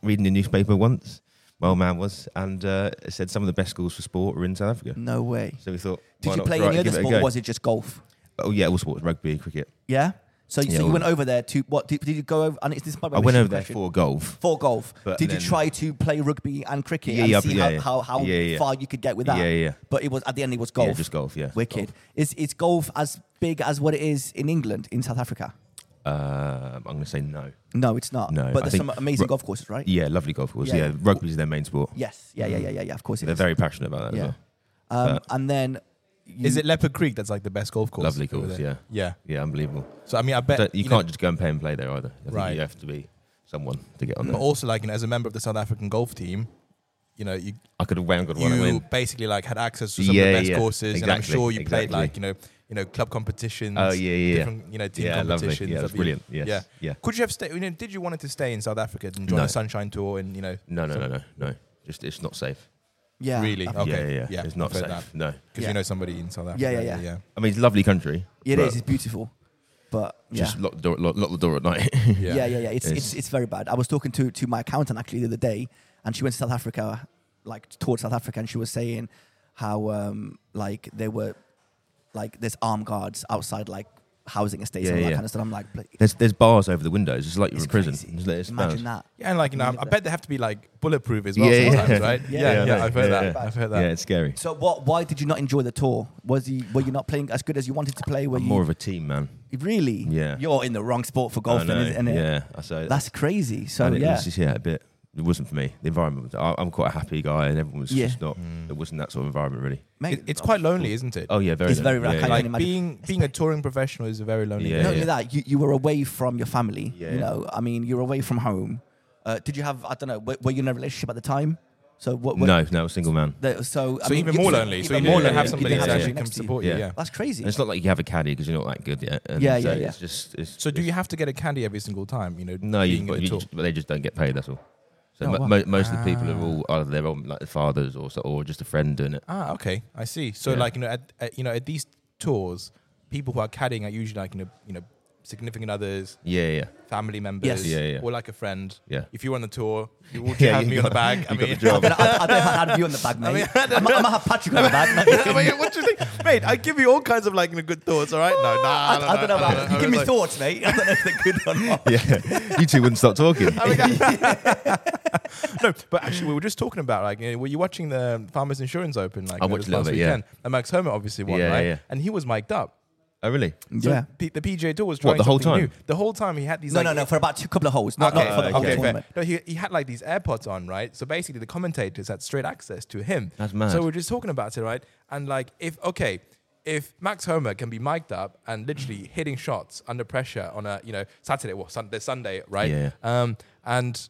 S3: reading the newspaper once, my old man was, and uh, it said some of the best schools for sport are in South Africa.
S1: no way.
S3: So we thought,
S1: Mm. Did
S3: why
S1: you
S3: not
S1: play
S3: try
S1: any
S3: it,
S1: other
S3: give it a
S1: sport?
S3: go?
S1: or Was it just golf?
S3: Oh yeah, all sports, rugby, cricket.
S1: Yeah. So, you
S3: Yeah,
S1: so you
S3: all-
S1: went over there to what? Did, did you go over? And it's this. might be
S3: I
S1: a
S3: went
S1: stupid
S3: over there
S1: question.
S3: for golf.
S1: for golf.
S3: But
S1: Did you
S3: then-
S1: try to play rugby and cricket
S3: Yeah,
S1: and
S3: yeah,
S1: see
S3: yeah,
S1: how,
S3: yeah.
S1: how, how
S3: Yeah, yeah.
S1: far you could get with that?
S3: Yeah, yeah.
S1: But it was at the end it was golf.
S3: Yeah, just golf. Yeah.
S1: Wicked. Is is golf as big as what it is in England in South Africa?
S3: Um, I'm going to say no.
S1: No, it's not.
S3: No, I
S1: but there's
S3: think
S1: some amazing
S3: ru-
S1: golf courses, right?
S3: Yeah, lovely golf course.
S1: Yeah,
S3: Yeah,
S1: yeah.
S3: rugby's their main sport.
S1: Yes. Yeah, yeah, yeah, yeah, yeah. Of course it
S3: They're
S1: is.
S3: very passionate about that
S1: yeah.
S3: as well.
S1: um, and then you,
S2: Is it Leopard Creek that's like the best golf course?
S3: Lovely
S2: over
S3: course,
S2: there? Yeah.
S3: Yeah, unbelievable.
S2: So I mean, I bet
S3: Don't- you,
S2: Uh, know,
S3: can't just go and pay and play there either. I think
S2: Right.
S3: You have to be someone to get on
S2: but
S3: there.
S2: also, like, you know, as a member of the South African golf team, you know, you
S3: I could have wangled one. I
S2: you
S3: win.
S2: basically like had access to some of
S3: Yeah,
S2: the best
S3: yeah,
S2: courses, and I'm
S3: exactly,
S2: sure you played
S3: exactly.
S2: like you know, you know, club competitions.
S3: Oh, yeah, yeah, yeah.
S2: Different, you know, team
S3: Yeah, lovely.
S2: competitions.
S3: Yeah, that's
S2: That'd be-
S3: brilliant. Yes.
S2: Yeah.
S3: Yeah.
S2: Could you have stayed? You know, did you wanted to stay in South Africa and join
S3: No.
S2: the Sunshine Tour and you know?
S3: No, no, no, no, no. Just it's not safe.
S1: yeah,
S2: Really?
S1: I've-
S2: Okay.
S3: Yeah, yeah, yeah.
S2: Yeah,
S3: It's not
S2: I've
S3: safe.
S2: heard
S3: No.
S2: Because
S1: Yeah.
S2: you know somebody in South Africa.
S1: yeah, yeah.
S3: I mean, it's a lovely country.
S1: It
S3: but
S1: is. It's beautiful. But yeah.
S3: Just lock the door. Lock, lock the door at night.
S2: Yeah.
S1: yeah, yeah, yeah. It's,
S3: It's-
S1: it's it's very bad. I was talking to to my accountant actually the other day, and she went to South Africa, like towards South Africa, and she was saying how um like they were like there's armed guards outside like housing estates
S3: Yeah,
S1: and all that
S3: yeah.
S1: kind of stuff. I'm like, bl-
S3: there's there's bars over the windows. It's like you're
S1: it's
S3: in prison.
S1: crazy.
S3: It's like- it's
S1: Imagine
S3: bars.
S1: that.
S2: Yeah, and like you know,
S1: You live
S2: I
S1: there.
S2: bet they have to be like bulletproof as well
S3: Yeah, yeah.
S2: sometimes, right?
S1: Yeah, yeah,
S2: yeah, yeah,
S3: I know.
S2: I've heard
S3: Yeah,
S2: that.
S3: yeah.
S2: I've heard that.
S3: Yeah, it's scary.
S1: So what? Why did you not enjoy the tour? Was you were you not playing as good as you wanted to play? Were
S3: I'm
S1: you
S3: more of a team man.
S1: really?
S3: Yeah.
S1: You're in the wrong sport for golf,
S3: I
S1: then,
S3: know.
S1: isn't it?
S3: Yeah. I say that.
S1: That's crazy. So
S3: and it
S1: yeah,
S3: was just, yeah, a bit. It wasn't for me. The environment. was- I, I'm quite a happy guy, and everyone was
S1: Yeah.
S3: just not.
S2: Mm.
S3: It wasn't that sort of environment, really.
S1: Mate,
S2: It- it's quite lonely, isn't it?
S3: Oh yeah, very.
S1: It's very
S3: yeah,
S1: rack-
S3: yeah,
S1: I
S2: like
S1: can imagine.
S2: being being a touring professional is a very lonely.
S3: Yeah,
S2: thing.
S1: not only that, you, you were away from your family.
S3: Yeah,
S1: You
S3: yeah.
S1: know, I mean, you're away from home. Uh, did you have? I don't know. Were, were you in a relationship at the time? So what? what
S3: No, no, single man.
S1: the- so I
S2: So
S1: mean,
S2: even
S1: you-
S2: more lonely. So even
S3: more
S2: more
S3: lonely.
S2: lonely. Have
S3: You
S2: somebody that
S3: didn't
S1: have
S3: yeah,
S2: actually
S1: someone
S2: can
S1: next to you.
S2: support you.
S3: Yeah.
S2: Yeah.
S1: That's crazy.
S3: And it's not like you have a caddy because you're not that good yet. And
S1: Yeah,
S3: so
S1: yeah, yeah.
S3: It's just. It's,
S2: So do
S3: it's-
S2: you have to get a candy every single time? You know,
S3: No, you,
S2: being in
S3: but,
S2: a
S3: you
S2: tour?
S3: just, but they just don't get paid. That's all. So
S2: Oh,
S3: mo-
S2: wow.
S3: mo- most of the people are
S2: Ah.
S3: all either their own like fathers or so, or just a friend doing it.
S2: Ah, okay, I see. So
S3: Yeah.
S2: like you know, at, at you know, at these tours, people who are caddying are usually like you know, you know, significant others,
S3: Yeah, yeah,
S2: family members,
S3: Yeah, yeah.
S2: or like a friend.
S3: yeah.
S2: If you're on the tour, you will
S3: Yeah,
S2: have
S3: you
S2: me on the
S3: got-
S2: bag. I
S3: you got the
S2: mean,
S1: I
S3: job.
S1: don't, I, I don't have you on the bag, mate. I am gonna have Patrick on the bag. mate.
S2: I mean, what do you think, mate? I give you all kinds of like you know, good thoughts. All right, no, nah,
S1: I, I don't know.
S2: I
S1: About, you give me thoughts, mate. I don't know if they're good or not.
S3: yeah. you two wouldn't stop talking.
S2: no, but actually, we were just talking about like, you know, were you watching the Farmers Insurance Open? Like,
S3: I
S2: you know,
S3: watched
S2: this
S3: a little
S2: last
S3: bit, yeah.
S2: weekend? And Max Homer obviously won,
S3: Yeah, yeah,
S2: right?
S3: yeah.
S2: And he was mic'd up.
S3: oh, really?
S2: So P- the PGA Tour was
S3: What,
S2: trying
S3: the whole
S2: something
S3: time?
S2: new. The whole time he had these.
S1: No,
S2: like,
S1: no, no. For about two couple of holes, not,
S2: okay,
S1: not for the
S3: uh,
S1: whole
S2: okay, fair.
S1: tournament.
S2: No, he, he had like these AirPods on, right? So basically, the commentators had straight access to him.
S3: That's mad.
S2: So we we're just talking about it, right? And like, if okay, if Max Homer can be mic'd up and
S3: Mm.
S2: literally hitting shots under pressure on a you know Saturday, well, Sun- this Sunday, right?
S3: Yeah.
S2: Um, and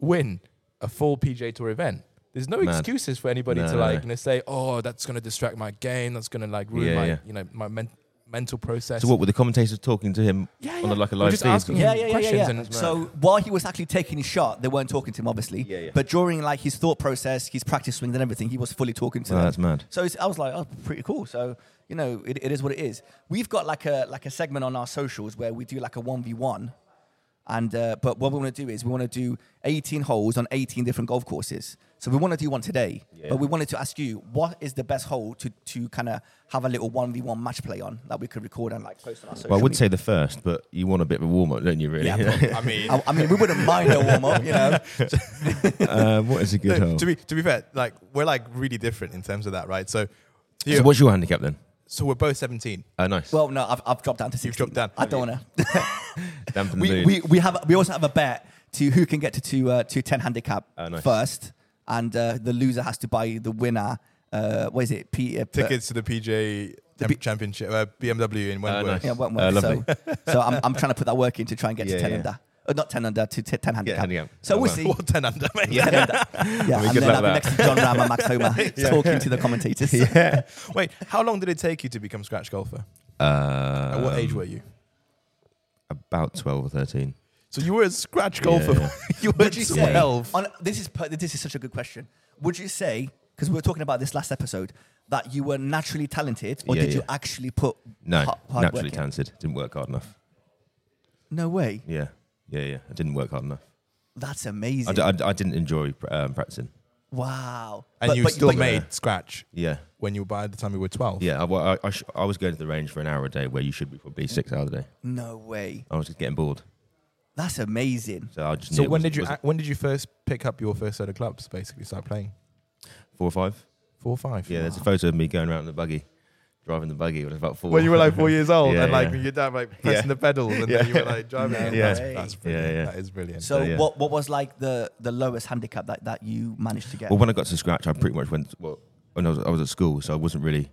S2: win a full PJ Tour event. There's no
S3: Mad.
S2: excuses for anybody
S3: No,
S2: to
S3: no,
S2: like
S3: no.
S2: you know say, oh, that's gonna distract my game. That's gonna like ruin
S3: Yeah,
S2: my
S3: yeah.
S2: you know my men- mental process.
S3: So what were the commentators talking to him
S2: Yeah,
S3: on a,
S2: yeah.
S3: like a
S2: We're
S3: live
S2: just
S3: feed?
S2: asking
S1: Yeah, yeah, yeah, yeah.
S2: Questions
S1: yeah.
S2: and it's
S1: So while he was actually taking his shot, they weren't talking to him, obviously.
S3: Yeah, yeah.
S1: But during like his thought process, his practice swings and everything, he was fully talking to
S3: Oh,
S1: them.
S3: that's mad.
S1: So it's, I was like, oh, pretty cool. So you know, it, it is what it is. We've got like a like a segment on our socials where we do like a one v one, and uh, but what we want to do is we want to do eighteen holes on eighteen different golf courses. So we want to do one today,
S3: Yeah.
S1: but we wanted to ask you what is the best hole to to kind of have a little one v one match play on that we could record and like post on our social.
S3: Well, I would
S1: media.
S3: say the first, but you want a bit of a warm up, don't you? Really?
S1: Yeah,
S2: I mean,
S1: I, I mean, we wouldn't mind a warm up, you know.
S3: uh, what is a good
S2: no,
S3: hole?
S2: to be to be fair, like we're like really different in terms of that, right? So,
S3: so what's your handicap then?
S2: so we're both seventeen.
S3: Oh, nice.
S1: Well, no, I've, I've dropped down to 16.
S2: dropped down.
S1: I don't want to.
S3: Dampen the
S1: We,
S3: mood.
S1: we, we, have, we also have a bet to who can get to, two, uh, to 10 handicap
S3: Oh, nice.
S1: first. And uh, the loser has to buy the winner, uh, what is it? P, uh,
S2: Tickets to the PJ
S1: B-
S2: Championship, uh, BMW in Wentworth.
S3: nice.
S1: Yeah, Wentworth.
S3: Uh,
S1: so so I'm, I'm trying to put that work in to try and get
S3: Yeah,
S1: to 10
S3: yeah.
S1: under. Uh, not 10 under, to t- 10 handicap.
S3: handicap.
S1: So
S3: Oh,
S1: we'll
S3: wow.
S1: see.
S2: What ten under, mate?
S1: Yeah, 10 under. yeah. and then
S3: good luck
S1: I'll be
S3: with
S1: next to John Ram and Max Homer talking to the commentators. Yeah.
S2: Wait, how long did it take you to become scratch golfer? At
S3: Uh,
S2: what age were you?
S3: About twelve or thirteen.
S2: So you were a scratch golfer.
S3: yeah.
S2: you were
S1: Would you say?
S2: twelve.
S1: On, this is per- this is such a good question. Would you say because we were talking about this last episode that you were naturally talented, or
S3: Yeah,
S1: did you
S3: yeah.
S1: actually put
S3: No,
S1: ha- hard work
S3: naturally
S1: in?
S3: talented. Didn't work hard enough.
S1: No way.
S3: Yeah, yeah, yeah. I didn't work hard enough.
S1: That's
S3: I,
S1: amazing.
S3: d- I d- I didn't enjoy um, practicing.
S1: wow.
S2: and
S1: But-
S2: you
S1: but-
S2: still
S1: but-
S2: made scratch
S3: Yeah,
S2: when you were by the time you were twelve.
S3: yeah. I, wa- I, I, sh- I was going to the range for an hour a day, where you should be probably six hours a day.
S1: No way.
S3: I was just getting bored,
S1: That's amazing.
S3: so I just.
S2: So
S3: knew it
S2: when
S3: wasn't-
S2: did you
S3: wasn't-
S2: when did you first pick up your first set of clubs? Basically, start playing
S3: Four or five.
S2: four or five.
S3: Yeah, there's a photo of me going around in the buggy, driving the buggy when I was about four.
S2: When you were like four years old
S3: Yeah,
S2: and like
S3: yeah.
S2: your dad like pressing
S3: Yeah.
S2: the pedals and then you were like driving.
S1: No
S2: it.
S1: Yeah.
S2: That's,
S1: way.
S2: that's brilliant.
S3: Yeah, yeah.
S2: That is brilliant.
S1: So
S3: yeah.
S1: what what was like the the lowest handicap that, that you managed to get?
S3: Well, when I got to scratch, I pretty much went. Well, when I was, I was at school, so I wasn't really.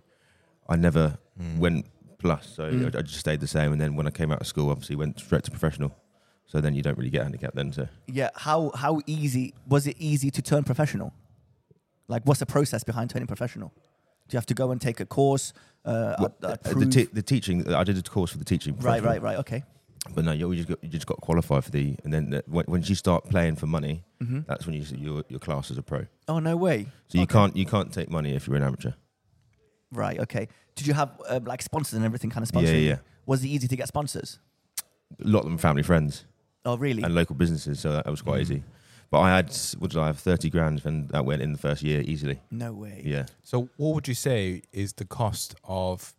S3: I never went plus, so
S1: Mm.
S3: I, I just stayed the same. And then when I came out of school, obviously went straight to professional. So then you don't really get handicapped then. So
S1: yeah. How how easy was it easy to turn professional? Like, what's the process behind turning professional? Do you have to go and take a course? Uh,
S3: Well,
S1: uh,
S3: uh, the,
S1: prove-
S3: te- the teaching, I did a course for the teaching.
S1: right,
S3: professional.
S1: right, right. Okay.
S3: But no, you you just got, you just got to qualify for the, and then the, when, once you start playing for money,
S1: Mm-hmm.
S3: that's when you your your class as a pro.
S1: Oh no way!
S3: So you
S1: Okay.
S3: can't you can't take money if you're an amateur.
S1: Right. Okay. Did you have uh, like sponsors and everything kind of sponsoring?
S3: Yeah,
S1: you?
S3: yeah.
S1: Was it easy to get sponsors?
S3: A lot of them are family friends
S1: Oh really?
S3: and local businesses, so that, that was quite
S2: Mm.
S3: easy. But I had what did I have thirty grand, and that went in the first year easily.
S1: no way.
S3: Yeah,
S2: So, what would you say is the cost of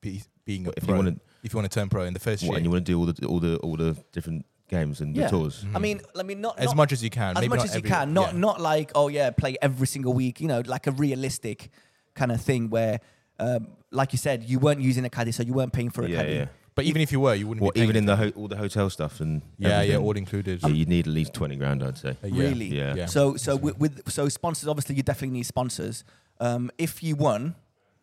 S2: be, being a
S3: If you
S2: pro?
S3: wanna-
S2: if you want to turn pro in the first
S3: What,
S2: year,
S3: and you want to do all the all the all the different games and
S1: Yeah. Mm-hmm.
S3: the tours.
S1: I mean, I mean, not
S2: as
S1: not-
S2: much as you can,
S1: as
S2: maybe
S1: much
S2: not
S1: as you
S2: every-
S1: can. Not
S2: yeah.
S1: not like oh yeah, play every single week. You know, like a realistic kind of thing where, um, like you said, you weren't using a caddy, so you weren't paying for a
S3: Yeah,
S1: caddy.
S3: yeah.
S2: But even if you were, you wouldn't
S3: What
S2: be paying
S3: even in the ho- all the hotel stuff and
S2: yeah,
S3: everything.
S2: yeah, all included.
S3: So you'd need at least twenty grand, I'd say.
S2: A year.
S1: Um, Really?
S3: Yeah.
S2: Yeah.
S1: So so with, with so sponsors, obviously you definitely need sponsors. Um, if you won,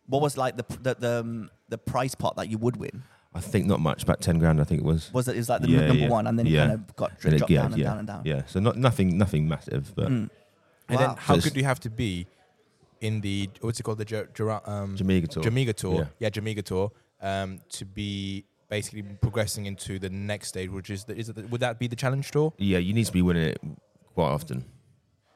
S1: what was like the the the, um, the prize pot that you would win?
S3: I think not much, about ten grand, I think it was.
S1: Was that is that the
S3: Yeah,
S1: number
S3: yeah.
S1: one, and then you
S3: Yeah.
S1: kind of got
S3: And it-
S1: dri- dropped
S3: yeah,
S1: down and
S3: yeah,
S1: down and down.
S3: Yeah, so not nothing, nothing massive, but
S1: Mm.
S2: And
S1: Wow.
S2: then, how
S3: So it's-
S2: good you have to be in the what's it called the Jer- Jera- um,
S3: Jamaica tour.
S2: Jamaica tour?
S3: Yeah.
S2: Yeah, Jamaica tour. Um, to be basically progressing into the next stage, which is the, is it the, would that be the challenge tour?
S3: Yeah, you need to be winning it quite often.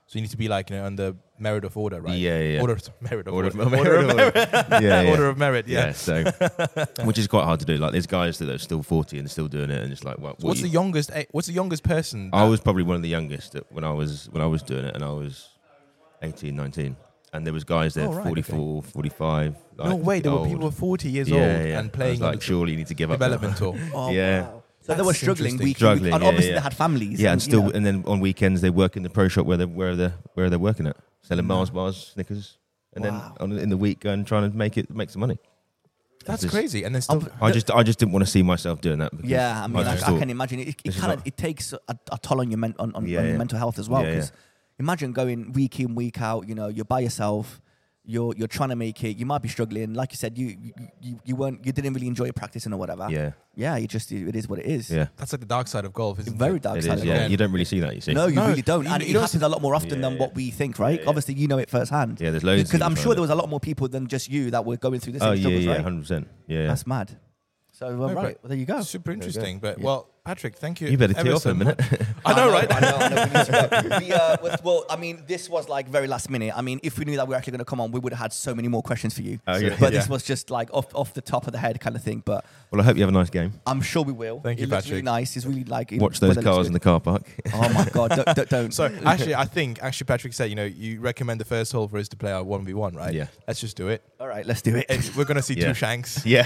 S2: So you need to be like you know on the merit of order, right?
S3: Yeah, yeah, yeah.
S2: Order of merit of
S3: Order
S2: order.
S3: of
S2: Order
S3: merit.
S2: of merit.
S3: yeah,
S2: Order of merit. Yeah.
S3: so which is quite hard to do. Like there's guys that are still forty and still doing it, and it's like, well, what
S2: What's
S3: you-
S2: the youngest? eh, What's the youngest person?
S3: I
S2: that-
S3: was probably one of the youngest at- when I was when I was doing it, and I was 18, 19. and there was guys there
S2: Oh, right, okay.
S3: 44, 45. Like,
S2: no way. There
S3: old.
S2: were people forty years
S3: Yeah,
S2: old
S3: yeah. I was
S2: and playing on
S3: like,
S2: the
S3: surely you need to give up. now.
S2: development tour.
S1: Oh,
S3: Yeah.
S1: Wow. So they
S2: That's
S1: were struggling
S2: interesting.
S1: week, in
S3: Struggling,
S1: week and
S3: yeah,
S1: obviously
S3: yeah.
S1: they had families.
S3: Yeah, and
S1: and, you
S3: still,
S1: know.
S3: and then on weekends they work in the pro shop where they where they where they're working at,
S2: Mm.
S3: selling Mars bars, Snickers, and
S1: Wow.
S3: then on, in the week going trying to make it make some money.
S2: That's
S3: Just-
S2: crazy. And then still,
S1: Up-
S3: I just I just didn't want to see myself doing that. Because
S1: yeah, I mean, I,
S3: just
S1: I
S3: thought-
S1: can imagine it. It
S3: this is
S1: kind of
S3: not-
S1: it takes a, a toll on your men, on, on,
S3: Yeah,
S1: on your
S3: yeah.
S1: mental health as well.
S3: Yeah,
S1: 'cause imagine going week in week out. You know, you're by yourself. You're you're trying to make it. You might be struggling. Like you said, you you, you, you weren't you didn't really enjoy your practicing or whatever.
S3: yeah,
S1: yeah. You just it is what it is.
S3: yeah,
S2: that's like the dark side of golf, isn't
S1: Very
S2: it?
S1: dark
S3: it
S1: side.
S3: is.
S1: of
S3: Yeah,
S1: golf.
S2: golf.
S3: you don't really see that. You see,
S1: No, you
S2: No,
S1: really don't.
S2: you-
S1: and
S2: you
S1: it
S2: don't
S1: happens a lot more often than
S3: Yeah,
S1: what we think, right?
S3: yeah.
S1: Obviously, you know it firsthand.
S3: yeah, there's loads. of
S1: Because I'm
S3: things
S1: sure
S3: like
S1: there was a lot more people than just you that were going through the
S3: that.
S1: same
S3: Oh yeah,
S1: struggles,
S3: yeah,
S1: right?
S3: hundred percent. Yeah,
S1: That's mad. So uh, right,
S2: but
S1: well, there you go.
S2: Oh, Super
S3: go.
S2: interesting. But
S1: Yeah.
S2: well, Patrick, thank you.
S3: You better
S2: ever
S3: tee off
S2: so
S3: in a minute.
S2: much. I know, right?
S1: I know. I know, we need to go. The, uh, with- well, I mean, this was like very last minute. I mean, if we knew that we were actually going to come on, we would have had so many more questions for you.
S3: Oh, yeah.
S1: But this
S2: Yeah.
S1: was just like off off the top of the head kind of thing. But
S3: Well, I hope you have a nice game.
S1: I'm sure we will.
S2: Thank
S1: it
S2: you,
S1: looks really
S2: Patrick.
S1: nice. It's really like
S3: Watch those cars in the car park.
S1: Oh my god! Don't. don't, don't.
S2: So actually, I think actually Patrick said, you know, you recommend the first hole for us to play our one v one, right?
S3: Yeah.
S2: Let's just do it.
S1: all right, let's do it.
S2: It's- we're gonna see
S3: Yeah.
S2: two shanks.
S3: Yeah.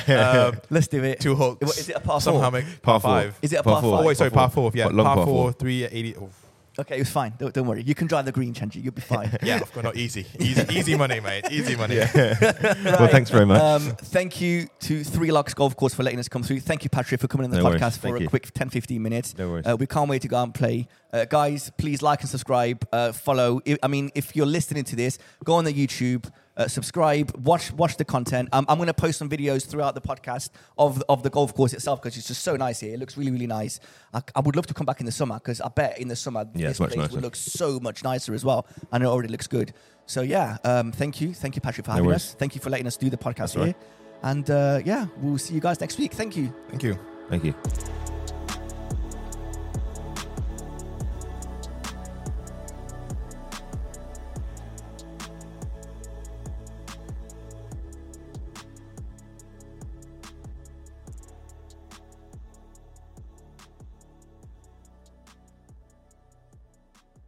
S2: Um,
S1: Let's do it.
S2: two hooks.
S1: Is it a par
S2: Some
S1: four?
S2: hammock. Par
S3: Par four.
S2: five.
S1: Is it a par
S2: Oh,
S1: five?
S2: wait, sorry, par four. Yeah,
S3: Quite long
S2: par, four, three eighty. Oh,
S1: Okay, it was fine. Don't, don't worry. You can drive the green, Chenji. You'll be fine.
S2: yeah, of course, not easy. Easy, easy money, mate. Easy money.
S3: Well, thanks very much.
S1: Um, thank you to Three Locks Golf Course for letting us come through. Thank you, Patrick, for coming on the
S3: No
S1: podcast
S3: worries.
S1: for
S3: Thank
S1: a
S3: you.
S1: quick 10, 15 minutes.
S3: No worries.
S1: Uh, we can't wait to go out and play. Uh, guys, please like and subscribe. Uh, follow. I- I mean, if you're listening to this, go on the YouTube. Uh, subscribe, watch watch the content. Um, I'm going to post some videos throughout the podcast of of the golf course itself because it's just so nice here. It looks really really nice. I, I would love to come back in the summer because I bet in the summer
S3: Yeah,
S1: this
S3: it's much
S1: place would
S3: nicer.
S1: look so much nicer as well, and it already looks good. So yeah, um, thank you, thank you, Patrick, for having
S3: worries.
S1: us. Thank you for letting us do the podcast
S3: all
S1: here. And uh, yeah, we'll see you guys next week. Thank you.
S2: Thank you.
S3: Thank you.